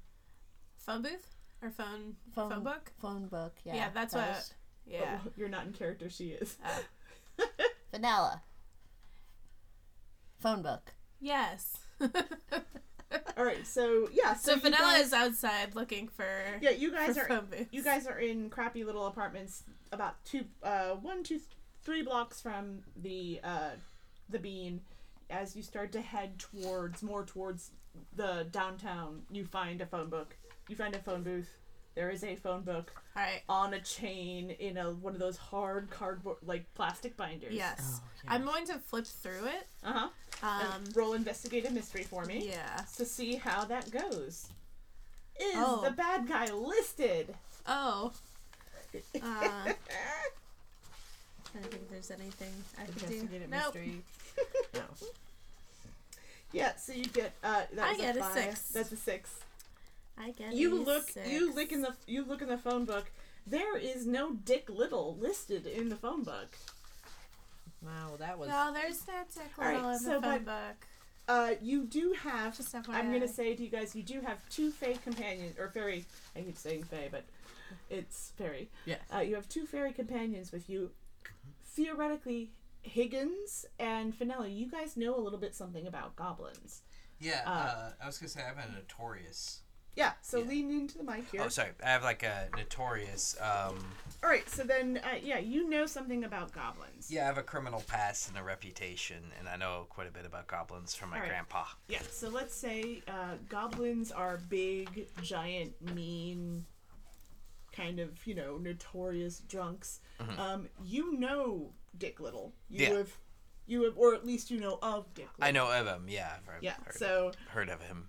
[SPEAKER 8] Phone booth? or phone
[SPEAKER 4] Phone-
[SPEAKER 8] phone, book.
[SPEAKER 4] Phone book. Yeah.
[SPEAKER 8] Yeah, that's
[SPEAKER 4] that
[SPEAKER 8] what-
[SPEAKER 4] was-
[SPEAKER 8] [laughs] Yeah.
[SPEAKER 6] Oh, you're not in character, she is.
[SPEAKER 4] Vanilla. Phone book.
[SPEAKER 8] Yes.
[SPEAKER 6] All right, so yeah, so,
[SPEAKER 8] So,
[SPEAKER 6] you
[SPEAKER 8] Vanilla
[SPEAKER 6] guys-
[SPEAKER 8] is outside looking for.
[SPEAKER 6] Yeah, you guys
[SPEAKER 8] for
[SPEAKER 6] are
[SPEAKER 8] phone booths.
[SPEAKER 6] you guys are in crappy little apartments about two uh one two three blocks from the uh the bean. As you start to head towards more towards the downtown, you find a phone book. You find a phone booth. There is a phone book
[SPEAKER 8] All right.
[SPEAKER 6] on a chain in a one of those hard cardboard like plastic binders.
[SPEAKER 8] Oh, Yes. I'm going to flip through it.
[SPEAKER 6] Uh huh.
[SPEAKER 8] Um,
[SPEAKER 6] roll investigate a mystery for me.
[SPEAKER 8] Yeah.
[SPEAKER 6] To see how that goes. Is
[SPEAKER 8] Oh.
[SPEAKER 6] the bad guy listed? [laughs]
[SPEAKER 8] Oh. Uh, trying to think if there's anything I could do.
[SPEAKER 6] Investigate it
[SPEAKER 8] Nope.
[SPEAKER 6] mystery. Yeah, so you get uh that
[SPEAKER 8] I
[SPEAKER 6] was
[SPEAKER 8] get a
[SPEAKER 6] five.
[SPEAKER 8] six.
[SPEAKER 6] That's a six.
[SPEAKER 8] I get
[SPEAKER 6] you
[SPEAKER 8] a
[SPEAKER 6] look you
[SPEAKER 8] six.
[SPEAKER 6] look in the you look in the phone book. There is no Dick Little listed in the phone book.
[SPEAKER 15] Wow, that was.
[SPEAKER 8] No, Oh, there's no Dick
[SPEAKER 6] All right,
[SPEAKER 8] Little in
[SPEAKER 6] so
[SPEAKER 8] the phone
[SPEAKER 6] but-
[SPEAKER 8] book.
[SPEAKER 6] Uh, you do have. I'm
[SPEAKER 8] FYI.
[SPEAKER 6] gonna say to you guys, you do have two fey companions or fairy. I keep saying fey, but it's fairy.
[SPEAKER 15] Yes.
[SPEAKER 6] Uh, you have two fairy companions with you. Theoretically, Higgins and Finelli. You guys know a little bit something about goblins.
[SPEAKER 11] Yeah,
[SPEAKER 6] Uh,
[SPEAKER 11] uh, I was gonna say I have a notorious.
[SPEAKER 6] Yeah. So lean into the mic here.
[SPEAKER 11] Oh, sorry, I have like a notorious. Um,
[SPEAKER 6] All right. So then, uh, yeah, you know something about goblins.
[SPEAKER 11] yeah, I have a criminal past and a reputation, and I know quite a bit about goblins from my
[SPEAKER 6] All right.
[SPEAKER 11] grandpa.
[SPEAKER 6] Yeah, so let's say uh, goblins are big, giant, mean, kind of, you know, notorious drunks.
[SPEAKER 11] Mhm.
[SPEAKER 6] Um, you know Dick Little. You
[SPEAKER 11] Yeah.
[SPEAKER 6] have, you have, or at least you know of Dick Little.
[SPEAKER 11] I know of him. Yeah, I've heard,
[SPEAKER 6] Yeah,
[SPEAKER 11] heard,
[SPEAKER 6] so-
[SPEAKER 11] heard
[SPEAKER 6] [laughs]
[SPEAKER 11] of him.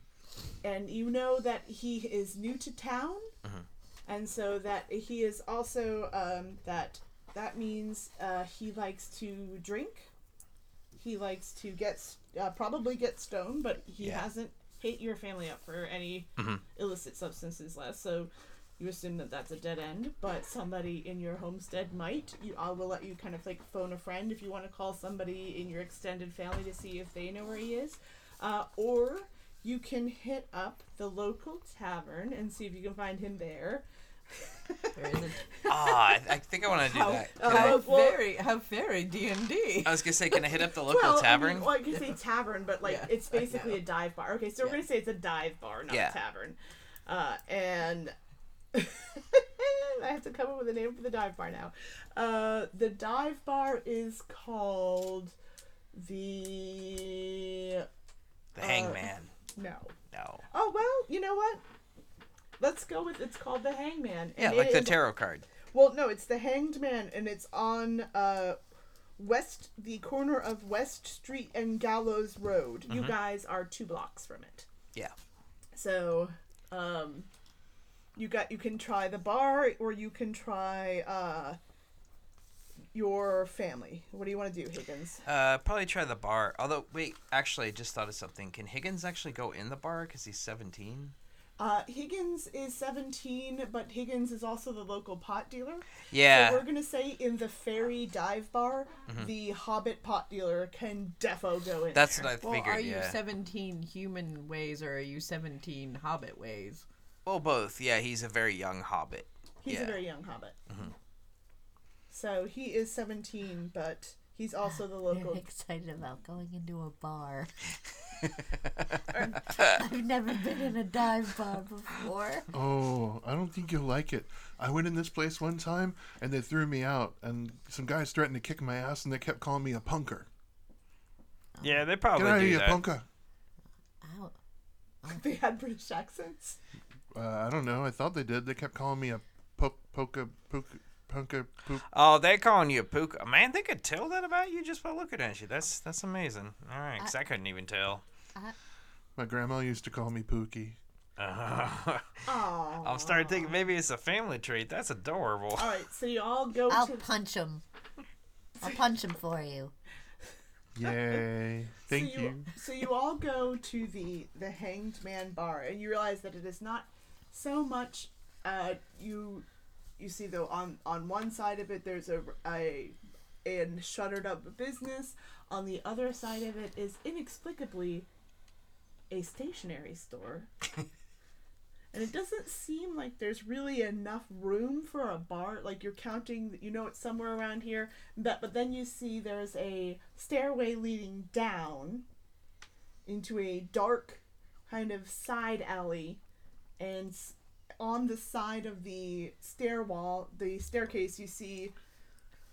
[SPEAKER 6] And you know that he is new to town,
[SPEAKER 11] Mhm.
[SPEAKER 6] and so that he is also, um, that, that means uh, he likes to drink. He likes to get, s- uh, probably get stoned, but he
[SPEAKER 11] Yeah.
[SPEAKER 6] hasn't hit your family up for any
[SPEAKER 11] Mhm.
[SPEAKER 6] illicit substances less. So you assume that that's a dead end, but somebody in your homestead might. You, I will let you kind of like phone a friend if you want to call somebody in your extended family to see if they know where he is, uh, or you can hit up the local tavern and see if you can find him there.
[SPEAKER 4] [laughs]
[SPEAKER 11] Ah, I, I think I want to do that. Can I,
[SPEAKER 1] how
[SPEAKER 6] well-
[SPEAKER 1] very, how very D and D.
[SPEAKER 11] I was gonna say, can I hit
[SPEAKER 6] [laughs]
[SPEAKER 11] up the local
[SPEAKER 6] well, I
[SPEAKER 11] tavern?
[SPEAKER 6] mean, well, I can say tavern, but like
[SPEAKER 1] Yeah,
[SPEAKER 6] it's
[SPEAKER 1] I
[SPEAKER 6] basically
[SPEAKER 1] know.
[SPEAKER 6] a dive bar. Okay, so we're gonna say it's a dive bar, not
[SPEAKER 11] Yeah.
[SPEAKER 6] a tavern. Uh, and [laughs] I have to come up with a name for the dive bar now. Uh, the dive bar is called the
[SPEAKER 11] the Hangman.
[SPEAKER 6] no.
[SPEAKER 11] No.
[SPEAKER 6] Oh well, you know what? Let's go with it's called the Hangman.
[SPEAKER 11] Yeah,
[SPEAKER 6] and
[SPEAKER 11] like
[SPEAKER 6] it
[SPEAKER 11] the
[SPEAKER 6] is-
[SPEAKER 11] tarot card.
[SPEAKER 6] Well, no, it's the Hanged Man, and it's on uh, west the corner of West Street and Gallows Road. You
[SPEAKER 11] Mhm.
[SPEAKER 6] guys are two blocks from it,
[SPEAKER 11] Yeah.
[SPEAKER 6] so um, you got you can try the bar or you can try uh, your family. What do you want to do, Higgins?
[SPEAKER 11] Uh, probably try the bar. Although, wait, actually, I just thought of something. Can Higgins actually go in the bar because he's 17?
[SPEAKER 6] Uh, Higgins is 17, but Higgins is also the local pot dealer.
[SPEAKER 11] Yeah.
[SPEAKER 6] So we're going to say in the fairy dive bar,
[SPEAKER 11] Mhm.
[SPEAKER 6] the hobbit pot dealer can defo go in.
[SPEAKER 11] That's
[SPEAKER 6] there.
[SPEAKER 11] what I
[SPEAKER 1] Well,
[SPEAKER 11] figured.
[SPEAKER 1] are you
[SPEAKER 11] yeah.
[SPEAKER 1] seventeen human ways or are you seventeen hobbit ways?
[SPEAKER 11] well, both. Yeah, he's a very young hobbit.
[SPEAKER 6] He's
[SPEAKER 11] yeah.
[SPEAKER 6] a very young hobbit.
[SPEAKER 3] Mm-hmm.
[SPEAKER 11] Mhm.
[SPEAKER 6] So he is 17, but he's also the local.
[SPEAKER 4] They're excited about going into a
[SPEAKER 14] [laughs]
[SPEAKER 4] bar. I've never been in a dive bar
[SPEAKER 14] [laughs]
[SPEAKER 4] before.
[SPEAKER 3] Oh, I don't think you'll like it. I went in this place one time and they threw me out, and some guys threatened to kick my ass, and they kept calling me a punker.
[SPEAKER 5] Yeah, Oh, they
[SPEAKER 3] Get out
[SPEAKER 5] probably
[SPEAKER 3] of
[SPEAKER 5] do
[SPEAKER 3] here,
[SPEAKER 5] that.
[SPEAKER 3] punker.
[SPEAKER 4] Ow.
[SPEAKER 6] [laughs] they had British accents.
[SPEAKER 3] Uh, I don't know. I thought they did. They kept calling me a poke, poker, poke, punker, poop.
[SPEAKER 5] Oh, they calling you a puka. Man, they could tell that about you just by looking at you. That's that's amazing. All right, 'cause I couldn't even tell. [laughs]
[SPEAKER 3] My grandma used to call
[SPEAKER 6] [laughs]
[SPEAKER 3] me Pookie.
[SPEAKER 5] Uh,
[SPEAKER 6] Oh.
[SPEAKER 5] I'm starting thinking maybe it's a family treat. That's adorable.
[SPEAKER 11] Uh,
[SPEAKER 6] All right, so you all go
[SPEAKER 4] I'll
[SPEAKER 6] to.
[SPEAKER 4] punch him. I'll punch him for you.
[SPEAKER 3] Yay. Thank
[SPEAKER 6] so
[SPEAKER 3] you.
[SPEAKER 6] So you all go to the the Hanged Man bar, and you realize that it is not so much. Uh, you you see though on on one side of it there's a a an shuttered up business. On the other side of it is inexplicably a stationery store. and it doesn't seem like there's really enough room for a bar. Like you're counting, you know, it's somewhere around here, but but then you see there's a stairway leading down into a dark kind of side alley, and s- on the side of the stair wall, the staircase, you see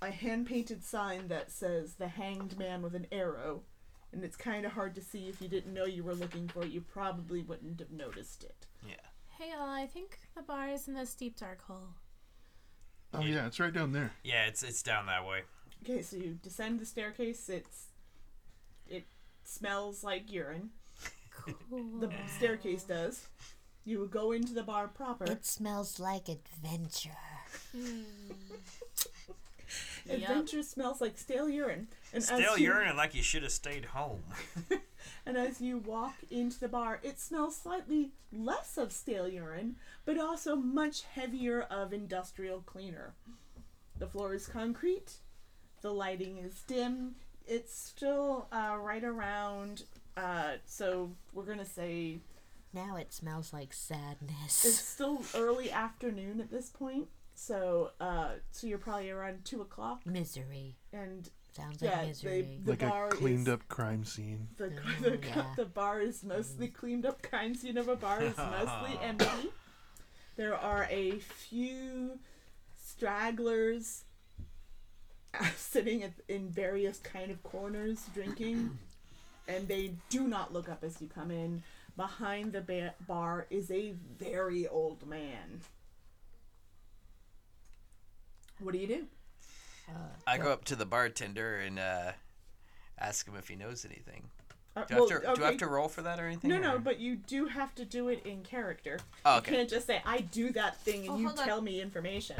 [SPEAKER 6] a hand painted sign that says "The Hanged Man with an Arrow." And it's kind of hard to see if you didn't know you were looking for it. You probably wouldn't have noticed it.
[SPEAKER 5] Yeah.
[SPEAKER 8] Hey, all, I think the bar is in this deep dark hole. [laughs]
[SPEAKER 3] Oh yeah, it's right down there.
[SPEAKER 5] Yeah, it's it's down that way.
[SPEAKER 6] Okay, so you descend the staircase. It's it smells like urine. The staircase does. You go into the bar proper.
[SPEAKER 4] It smells like adventure.
[SPEAKER 6] Adventure smells like stale urine. And
[SPEAKER 5] Still
[SPEAKER 6] as you,
[SPEAKER 5] urinating like you should have stayed home.
[SPEAKER 6] And as you walk into the bar, it smells slightly less of stale urine, but also much heavier of industrial cleaner. The floor is concrete. The lighting is dim. It's still uh, right around. Uh, so we're gonna say
[SPEAKER 4] Now it smells like sadness.
[SPEAKER 6] it's still early afternoon at this point. So, uh, so you're probably around two o'clock,
[SPEAKER 4] misery.
[SPEAKER 6] and
[SPEAKER 4] Sounds like
[SPEAKER 6] yeah, they,
[SPEAKER 4] misery.
[SPEAKER 6] the
[SPEAKER 3] like
[SPEAKER 6] bar
[SPEAKER 3] a cleaned
[SPEAKER 6] is,
[SPEAKER 3] up crime scene.
[SPEAKER 6] The, [laughs]
[SPEAKER 4] Oh,
[SPEAKER 6] the,
[SPEAKER 4] yeah.
[SPEAKER 6] the bar is mostly
[SPEAKER 16] Mm.
[SPEAKER 6] cleaned up. Crime scene of a bar
[SPEAKER 16] [laughs]
[SPEAKER 6] is mostly empty. There are a few stragglers uh, [laughs] sitting at, in various kind of corners
[SPEAKER 16] [clears throat]
[SPEAKER 6] drinking, and they do not look up as you come in. Behind the ba- bar is a very old man. What do you do?
[SPEAKER 4] Uh,
[SPEAKER 16] I go up to the bartender and uh, ask him if he knows anything.
[SPEAKER 6] Uh,
[SPEAKER 16] Do I, have
[SPEAKER 6] well,
[SPEAKER 16] to, do I have
[SPEAKER 6] okay.
[SPEAKER 16] to roll for that or anything?
[SPEAKER 6] No, no,
[SPEAKER 11] [laughs]
[SPEAKER 16] or-
[SPEAKER 6] but you do have to do it in character.
[SPEAKER 16] Oh, okay.
[SPEAKER 6] You can't just say, I do that thing and
[SPEAKER 8] Oh,
[SPEAKER 6] you
[SPEAKER 8] hold on.
[SPEAKER 6] tell me information.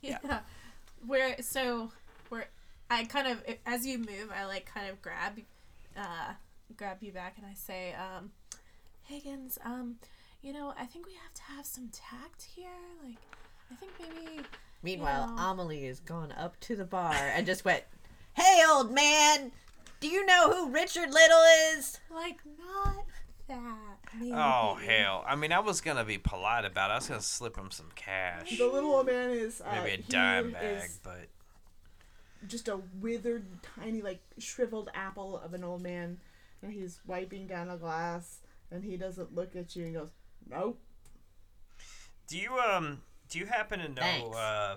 [SPEAKER 8] Yeah. Where so where I kind of as you move, I like kind of grab uh grab you back and I say, um, Higgins, um, you know, I think we have to have some tact here. Like I think maybe
[SPEAKER 4] Meanwhile,
[SPEAKER 8] Yeah.
[SPEAKER 4] Amelie has gone up to the bar and just went, Hey, old man! Do you know who Richard Little is?
[SPEAKER 8] like not that. Maybe.
[SPEAKER 5] Oh hell! I mean, I was gonna be polite about. it. I was gonna slip him some cash,
[SPEAKER 6] The little old man is. Uh,
[SPEAKER 5] maybe a
[SPEAKER 6] he
[SPEAKER 5] dime bag,
[SPEAKER 6] is
[SPEAKER 5] but
[SPEAKER 6] just a withered, tiny, like shriveled apple of an old man. And he's wiping down a glass and he doesn't look at you and goes, Nope.
[SPEAKER 5] do you um do you happen to know
[SPEAKER 4] Thanks.
[SPEAKER 5] uh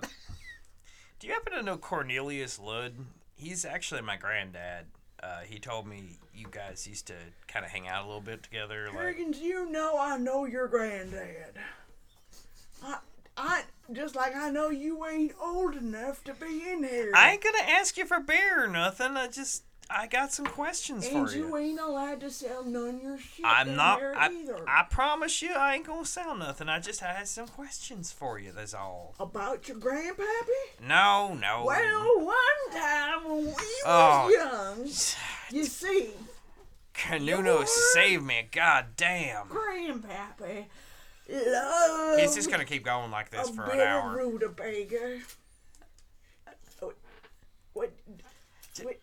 [SPEAKER 5] do you happen to know Cornelius Ludd? He's actually my granddad. Uh, he told me you guys used to kind of hang out a little bit together. Like,
[SPEAKER 11] Higgins, you know I know your granddad. I, I just like I know you ain't old enough to be in here.
[SPEAKER 5] I ain't gonna ask you for beer or nothing. I just I got some questions
[SPEAKER 11] and
[SPEAKER 5] for
[SPEAKER 11] you
[SPEAKER 5] you.
[SPEAKER 11] ain't allowed to sell none of your shit
[SPEAKER 5] I'm
[SPEAKER 11] in
[SPEAKER 5] not.
[SPEAKER 11] there
[SPEAKER 5] I,
[SPEAKER 11] either.
[SPEAKER 5] I promise you, I ain't gonna sell nothing. I just had some questions for you. That's all.
[SPEAKER 11] About your grandpappy?
[SPEAKER 5] No, no.
[SPEAKER 11] Well, one time when we was
[SPEAKER 5] Oh.
[SPEAKER 11] young, you see,
[SPEAKER 5] Canuno saved me. God damn.
[SPEAKER 11] grandpappy loved
[SPEAKER 5] He's just gonna keep going like this
[SPEAKER 11] a
[SPEAKER 5] for an
[SPEAKER 11] bit of
[SPEAKER 5] hour.
[SPEAKER 11] rutabaga. What? What?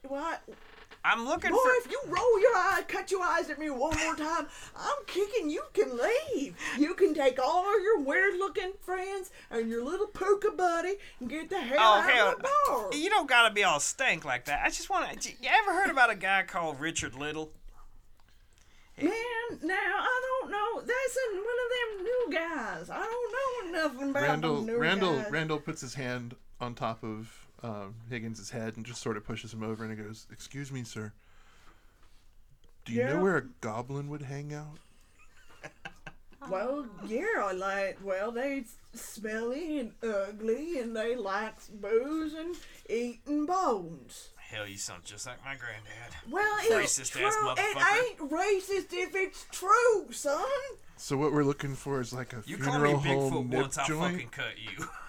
[SPEAKER 11] what?
[SPEAKER 5] I'm looking
[SPEAKER 11] Boy,
[SPEAKER 5] for.
[SPEAKER 11] if you roll your eyes, cut your eyes at me one more time, I'm kicking. You can leave. You can take all of your weird-looking friends and your little puka buddy and get the hell
[SPEAKER 5] Oh
[SPEAKER 11] out
[SPEAKER 5] hell!
[SPEAKER 11] of the bar.
[SPEAKER 5] You don't gotta be all stank like that. I just wanna. You ever heard about a guy called Richard Little?
[SPEAKER 11] Man, now I don't know. That's in one of them new guys. I don't know nothing about
[SPEAKER 3] Randall
[SPEAKER 11] them new
[SPEAKER 3] Randall
[SPEAKER 11] guys.
[SPEAKER 3] Randall puts his hand on top of um, Higgins' head and just sort of pushes him over and he goes, "Excuse me, sir. Do you
[SPEAKER 11] Yeah?
[SPEAKER 3] know where a goblin would hang out?"
[SPEAKER 11] Well, yeah, I like. Well, they s- smelly and ugly, and they likes booze and eating bones.
[SPEAKER 5] Hell, you sound just like my granddad.
[SPEAKER 11] Well, it's
[SPEAKER 5] Racist
[SPEAKER 11] true.
[SPEAKER 5] ass motherfucker.
[SPEAKER 11] It ain't racist if it's true, son.
[SPEAKER 3] So what we're looking for is like a
[SPEAKER 5] You call me
[SPEAKER 3] funeral
[SPEAKER 5] Bigfoot
[SPEAKER 3] home nip
[SPEAKER 5] once, I'll fucking
[SPEAKER 3] joint.
[SPEAKER 5] cut you. [laughs]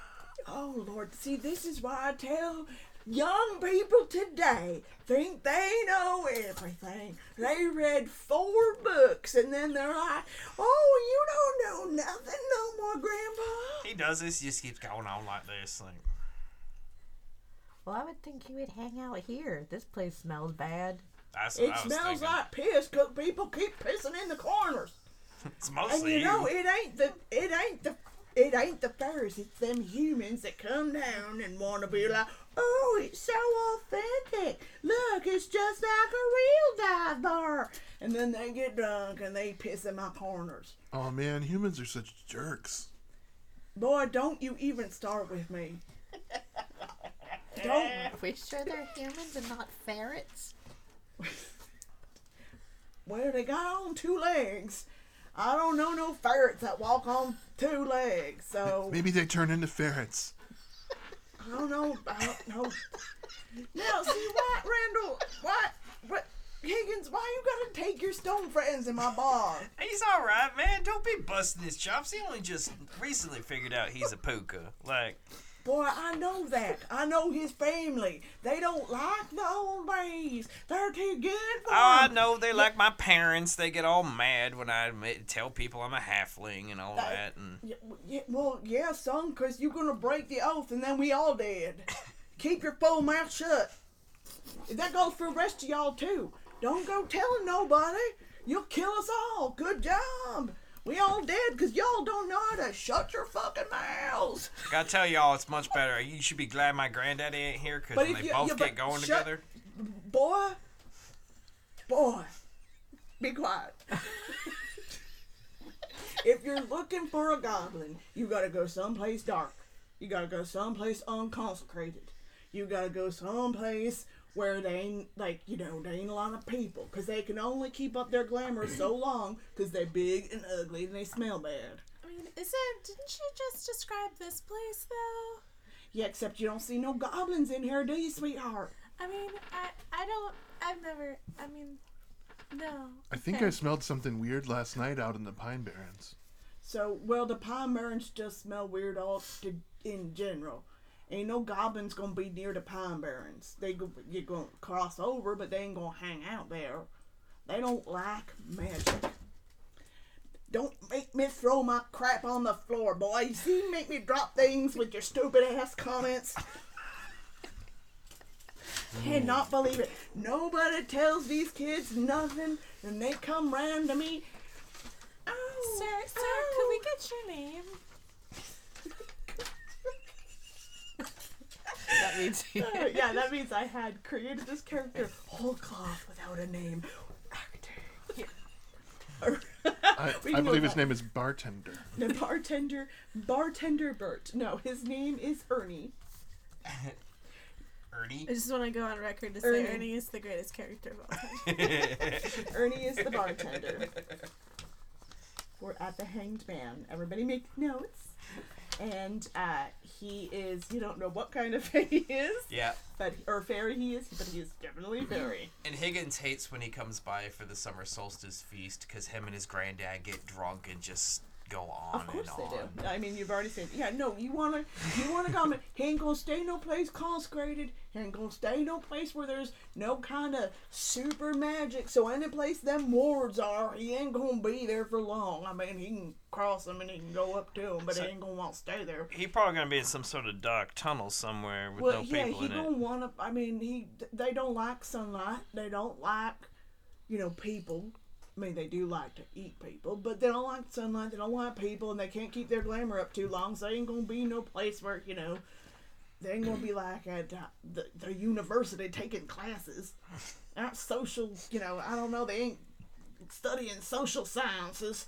[SPEAKER 11] Oh Lord, see, this is why I tell young people today think they know everything. They read four books, and then they're like, "Oh, you don't know nothing no more, Grandpa."
[SPEAKER 5] He does this. He just keeps going on like this. Like,
[SPEAKER 4] Well, I would think you would hang out here. This place smells bad.
[SPEAKER 5] that's what
[SPEAKER 11] It
[SPEAKER 5] I was
[SPEAKER 11] smells
[SPEAKER 5] thinking.
[SPEAKER 11] like piss 'cause people keep pissing in the corners.
[SPEAKER 5] It's
[SPEAKER 6] And
[SPEAKER 5] mostly
[SPEAKER 6] you
[SPEAKER 5] you.
[SPEAKER 6] know, it ain't the it ain't the it ain't the furs, it's them humans that come down and want to be like, oh, it's so authentic. Look, it's just like a real dive bar. And then they get drunk and they piss in my corners.
[SPEAKER 3] Oh man, humans are such jerks.
[SPEAKER 6] Boy, don't you even start with me.
[SPEAKER 4] [laughs]
[SPEAKER 6] don't.
[SPEAKER 4] Are we sure they're humans and not ferrets?
[SPEAKER 6] Well, they got on two legs. I don't know no ferrets that walk on two legs,
[SPEAKER 3] [laughs]
[SPEAKER 6] so.
[SPEAKER 3] Maybe they turn into ferrets.
[SPEAKER 6] I don't know. I don't know. now, see why, Randall? Why, what, Higgins? Why you gotta take your stone friends in my bar?
[SPEAKER 5] He's all right, man. Don't be busting his chops. He only just recently figured out he's a puka. Like,
[SPEAKER 6] Boy, I know that. I know his family. They don't like the old ways. They're too good for.
[SPEAKER 5] oh, I know they like my parents. They get all mad when I admit, tell people I'm a halfling and all that. And
[SPEAKER 6] Yeah, w- yeah, well, yeah, son, because you're gonna break the oath, and then we all dead.
[SPEAKER 5] [laughs]
[SPEAKER 6] Keep your full mouth shut. That goes for the rest of y'all too. Don't go telling nobody. You'll kill us all. Good job. We all dead because y'all don't know how to shut your fucking mouths.
[SPEAKER 5] I gotta tell y'all, it's much better. You should be glad my granddaddy ain't here because
[SPEAKER 6] But
[SPEAKER 5] when
[SPEAKER 6] if
[SPEAKER 5] they
[SPEAKER 6] you-
[SPEAKER 5] both
[SPEAKER 6] yeah,
[SPEAKER 5] get
[SPEAKER 6] but
[SPEAKER 5] going
[SPEAKER 6] shut-
[SPEAKER 5] together.
[SPEAKER 6] Boy, boy, be quiet. [laughs] if you're looking for a goblin, you gotta go someplace dark. You gotta go someplace unconsecrated. You gotta go someplace where they ain't like you know there ain't a lot of people, 'cause they can only keep up their glamour so [clears throat] long, 'cause they're big and ugly and they smell bad.
[SPEAKER 8] I mean, is it? Didn't you just describe this place though?
[SPEAKER 6] Yeah, except you don't see no goblins in here, do you, sweetheart?
[SPEAKER 8] I mean, I I don't. I've never. I mean, no.
[SPEAKER 3] I think I smelled something weird last night out in the
[SPEAKER 6] [laughs]
[SPEAKER 3] Pine Barrens.
[SPEAKER 6] So, well, the pine barrens just smell weird all to, in general. Ain't no goblins gonna be near the pine barrens. They go, you gonna cross over, but they ain't gonna hang out there. They don't like magic. Don't make me throw my crap on the floor, boy. You see, you make me drop things with your stupid ass comments. Cannot believe it. Nobody tells these kids nothing, and they come round to me. Oh,
[SPEAKER 8] Sir, sir, could we get your name?
[SPEAKER 1] That means
[SPEAKER 6] Oh, [laughs] yeah, that means I had created this character whole cloth without a name.
[SPEAKER 3] I,
[SPEAKER 6] We can
[SPEAKER 3] I
[SPEAKER 6] go with
[SPEAKER 3] believe his
[SPEAKER 6] that.
[SPEAKER 3] name is Bartender.
[SPEAKER 6] The bartender, bartender Bert. No, his name is Ernie.
[SPEAKER 5] Ernie.
[SPEAKER 8] I just want to go on record to
[SPEAKER 6] Ernie.
[SPEAKER 8] say Ernie is the greatest character of all time.
[SPEAKER 6] Ernie is the bartender. We're at the Hanged Man. Everybody make notes. And uh, he is, you don't know what kind of [laughs] fairy he is,
[SPEAKER 5] Yeah.
[SPEAKER 6] but, or fairy he is, but he is definitely fairy.
[SPEAKER 11] And Higgins hates when he comes by for the summer solstice feast because him and his granddad get drunk and just go on
[SPEAKER 6] Of course
[SPEAKER 11] and on.
[SPEAKER 6] they do. I mean, you've already said, yeah. No, you wanna, you wanna come. He ain't gonna stay no place consecrated. He ain't gonna stay no place where there's no kind of super magic. So any place them wards are, he ain't gonna be there for long. I mean, he can cross them and he can go up to them, but
[SPEAKER 5] So-
[SPEAKER 6] he ain't gonna want to stay there.
[SPEAKER 5] He probably gonna be in some sort of dark tunnel somewhere with
[SPEAKER 6] Well,
[SPEAKER 5] no
[SPEAKER 6] yeah,
[SPEAKER 5] people
[SPEAKER 6] he
[SPEAKER 5] in
[SPEAKER 6] gonna
[SPEAKER 5] it.
[SPEAKER 6] wanna. I mean, he they don't like sunlight. They don't like, you know, people. I mean, they do like to eat people, but they don't like sunlight. They don't like people, and they can't keep their glamour up too long. So they ain't gonna be no place where you know, they ain't
[SPEAKER 5] [clears throat]
[SPEAKER 6] gonna be like at uh, the, the university taking classes, not social. You know, I don't know. They ain't studying social sciences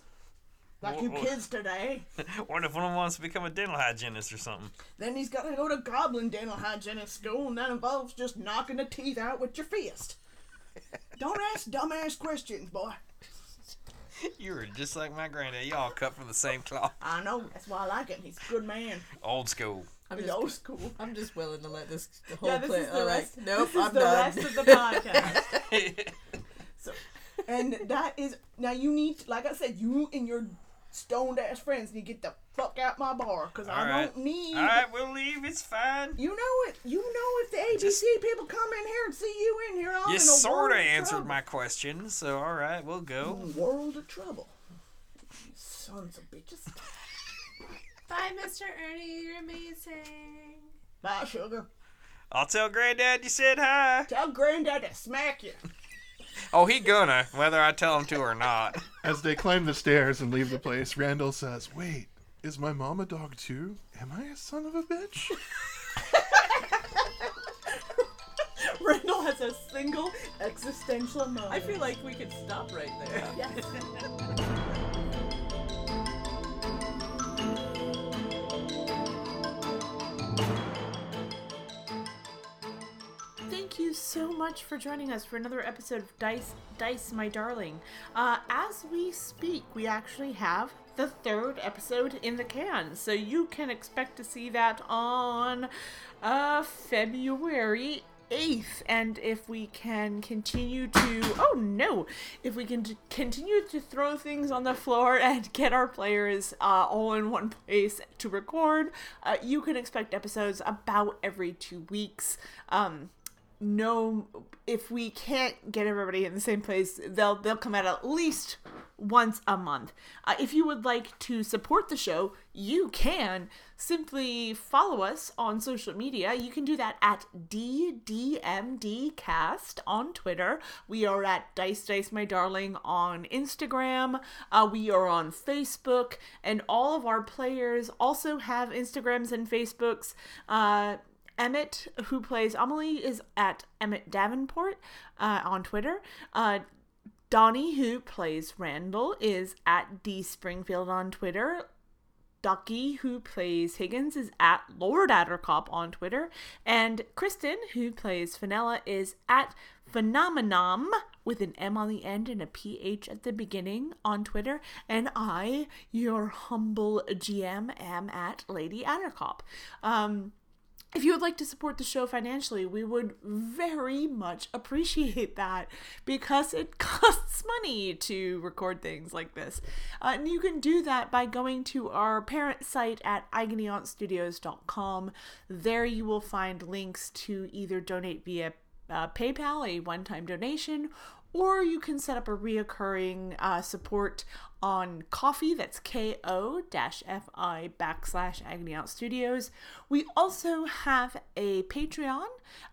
[SPEAKER 6] like you
[SPEAKER 5] Wha-
[SPEAKER 6] kids today.
[SPEAKER 5] What if one of them wants to become a dental hygienist or something?
[SPEAKER 6] Then he's got to go to goblin dental hygienist school, and that involves just knocking the teeth out with your fist. Don't ask dumbass questions, boy.
[SPEAKER 5] You were just like my granddad. Y'all cut from the same cloth.
[SPEAKER 6] I know, that's why I like him. He's a good man.
[SPEAKER 5] Old school.
[SPEAKER 1] I'm
[SPEAKER 6] He's
[SPEAKER 1] just,
[SPEAKER 6] old school.
[SPEAKER 1] I'm just willing to let this whole
[SPEAKER 6] this
[SPEAKER 1] play.
[SPEAKER 6] is the
[SPEAKER 1] I'm like,
[SPEAKER 6] rest-
[SPEAKER 1] nope,
[SPEAKER 6] this is
[SPEAKER 1] I'm
[SPEAKER 6] the
[SPEAKER 1] done.
[SPEAKER 6] rest of the podcast.
[SPEAKER 1] [laughs]
[SPEAKER 6] so, and that is now you need, like I said, you and your stoned ass friends need to get the fuck out my bar because I
[SPEAKER 5] Alright.
[SPEAKER 6] don't need.
[SPEAKER 5] All right, we'll leave. It's fine.
[SPEAKER 6] You know it. You know if the ABC people come in here and see you in here, I'm
[SPEAKER 5] You
[SPEAKER 6] in a world
[SPEAKER 5] sort of
[SPEAKER 6] of
[SPEAKER 5] answered
[SPEAKER 6] trouble.
[SPEAKER 5] my question, so all right, we'll go.
[SPEAKER 6] world of trouble. You Sons of bitches.
[SPEAKER 8] [laughs] Bye, Mr. Ernie. You're amazing.
[SPEAKER 6] Bye, sugar.
[SPEAKER 5] I'll tell Granddad you said hi.
[SPEAKER 6] Tell Granddad to smack you.
[SPEAKER 5] Oh, he gonna, whether I tell him to or not.
[SPEAKER 7] As they climb the stairs and leave the place, Randall says, Wait, is my mom a dog too? Am I a son of a bitch?
[SPEAKER 2] Randall has a single existential moment.
[SPEAKER 4] I feel like we could stop right there.
[SPEAKER 2] Thank you so much for joining us for another episode of Dice, Dice, my darling. Uh, as we speak, we actually have the third episode in the can, so you can expect to see that on uh, February 8th. And if we can continue to, oh no, if we can t- continue to throw things on the floor [laughs] and get our players uh, all in one place to record, uh, you can expect episodes about every two weeks. Um, no if we can't get everybody in the same place they'll they'll come out at least once a month uh, if you would like to support the show you can simply follow us on social media you can do that at ddmdcast on twitter we are at dice dice my darling on instagram uh, we are on facebook and all of our players also have instagrams and facebooks uh, Emmett, who plays Amelie, is at Emmett Davenport uh, on Twitter. Uh, Donnie, who plays Randall, is at D Springfield on Twitter. Ducky, who plays Higgins, is at Lord Addercop on Twitter. And Kristen, who plays Fenella, is at Phenomenom with an M on the end and a PH at the beginning on Twitter. And I, your humble GM, am at Lady Addercop. Um, if you would like to support the show financially, we would very much appreciate that because it [laughs] costs money to record things like this. Uh, and you can do that by going to our parent site at agonyauntstudios.com. There you will find links to either donate via uh, PayPal, a one time donation, or you can set up a reoccurring uh, support on coffee that's ko-fi backslash agony out studios we also have a patreon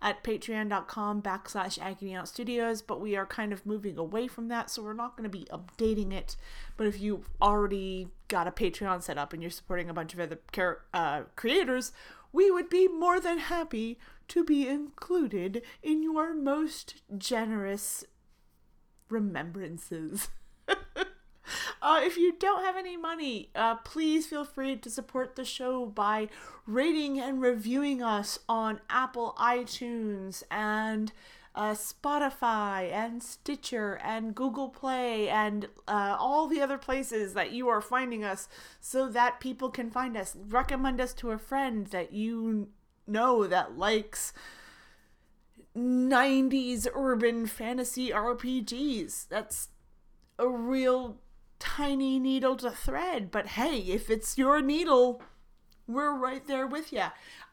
[SPEAKER 2] at patreon.com backslash agony out studios but we are kind of moving away from that so we're not going to be updating it but if you've already got a patreon set up and you're supporting a bunch of other char- uh, creators we would be more than happy to be included in your most generous remembrances. [laughs] uh, if you don't have any money, uh, please feel free to support the show by rating and reviewing us on Apple iTunes and uh, Spotify and Stitcher and Google Play and uh, all the other places that you are finding us so that people can find us. Recommend us to a friend that you know that likes 90s urban fantasy RPGs. That's a real tiny needle to thread, but hey, if it's your needle, we're right there with you.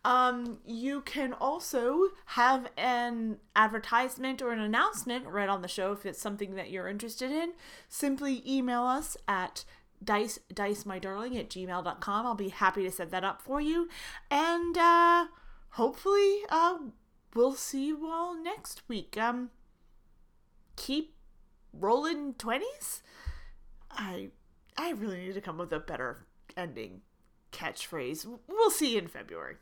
[SPEAKER 2] Um, you can also have an advertisement or an announcement read on the show if it's something that you're interested in. Simply email us at dice dice my darling at gmail.com. I'll be happy to set that up for you. And uh, hopefully, uh, we'll see you all next week. Um, keep rolling twenties. I I really need to come up with a better ending catchphrase. We'll see you in February.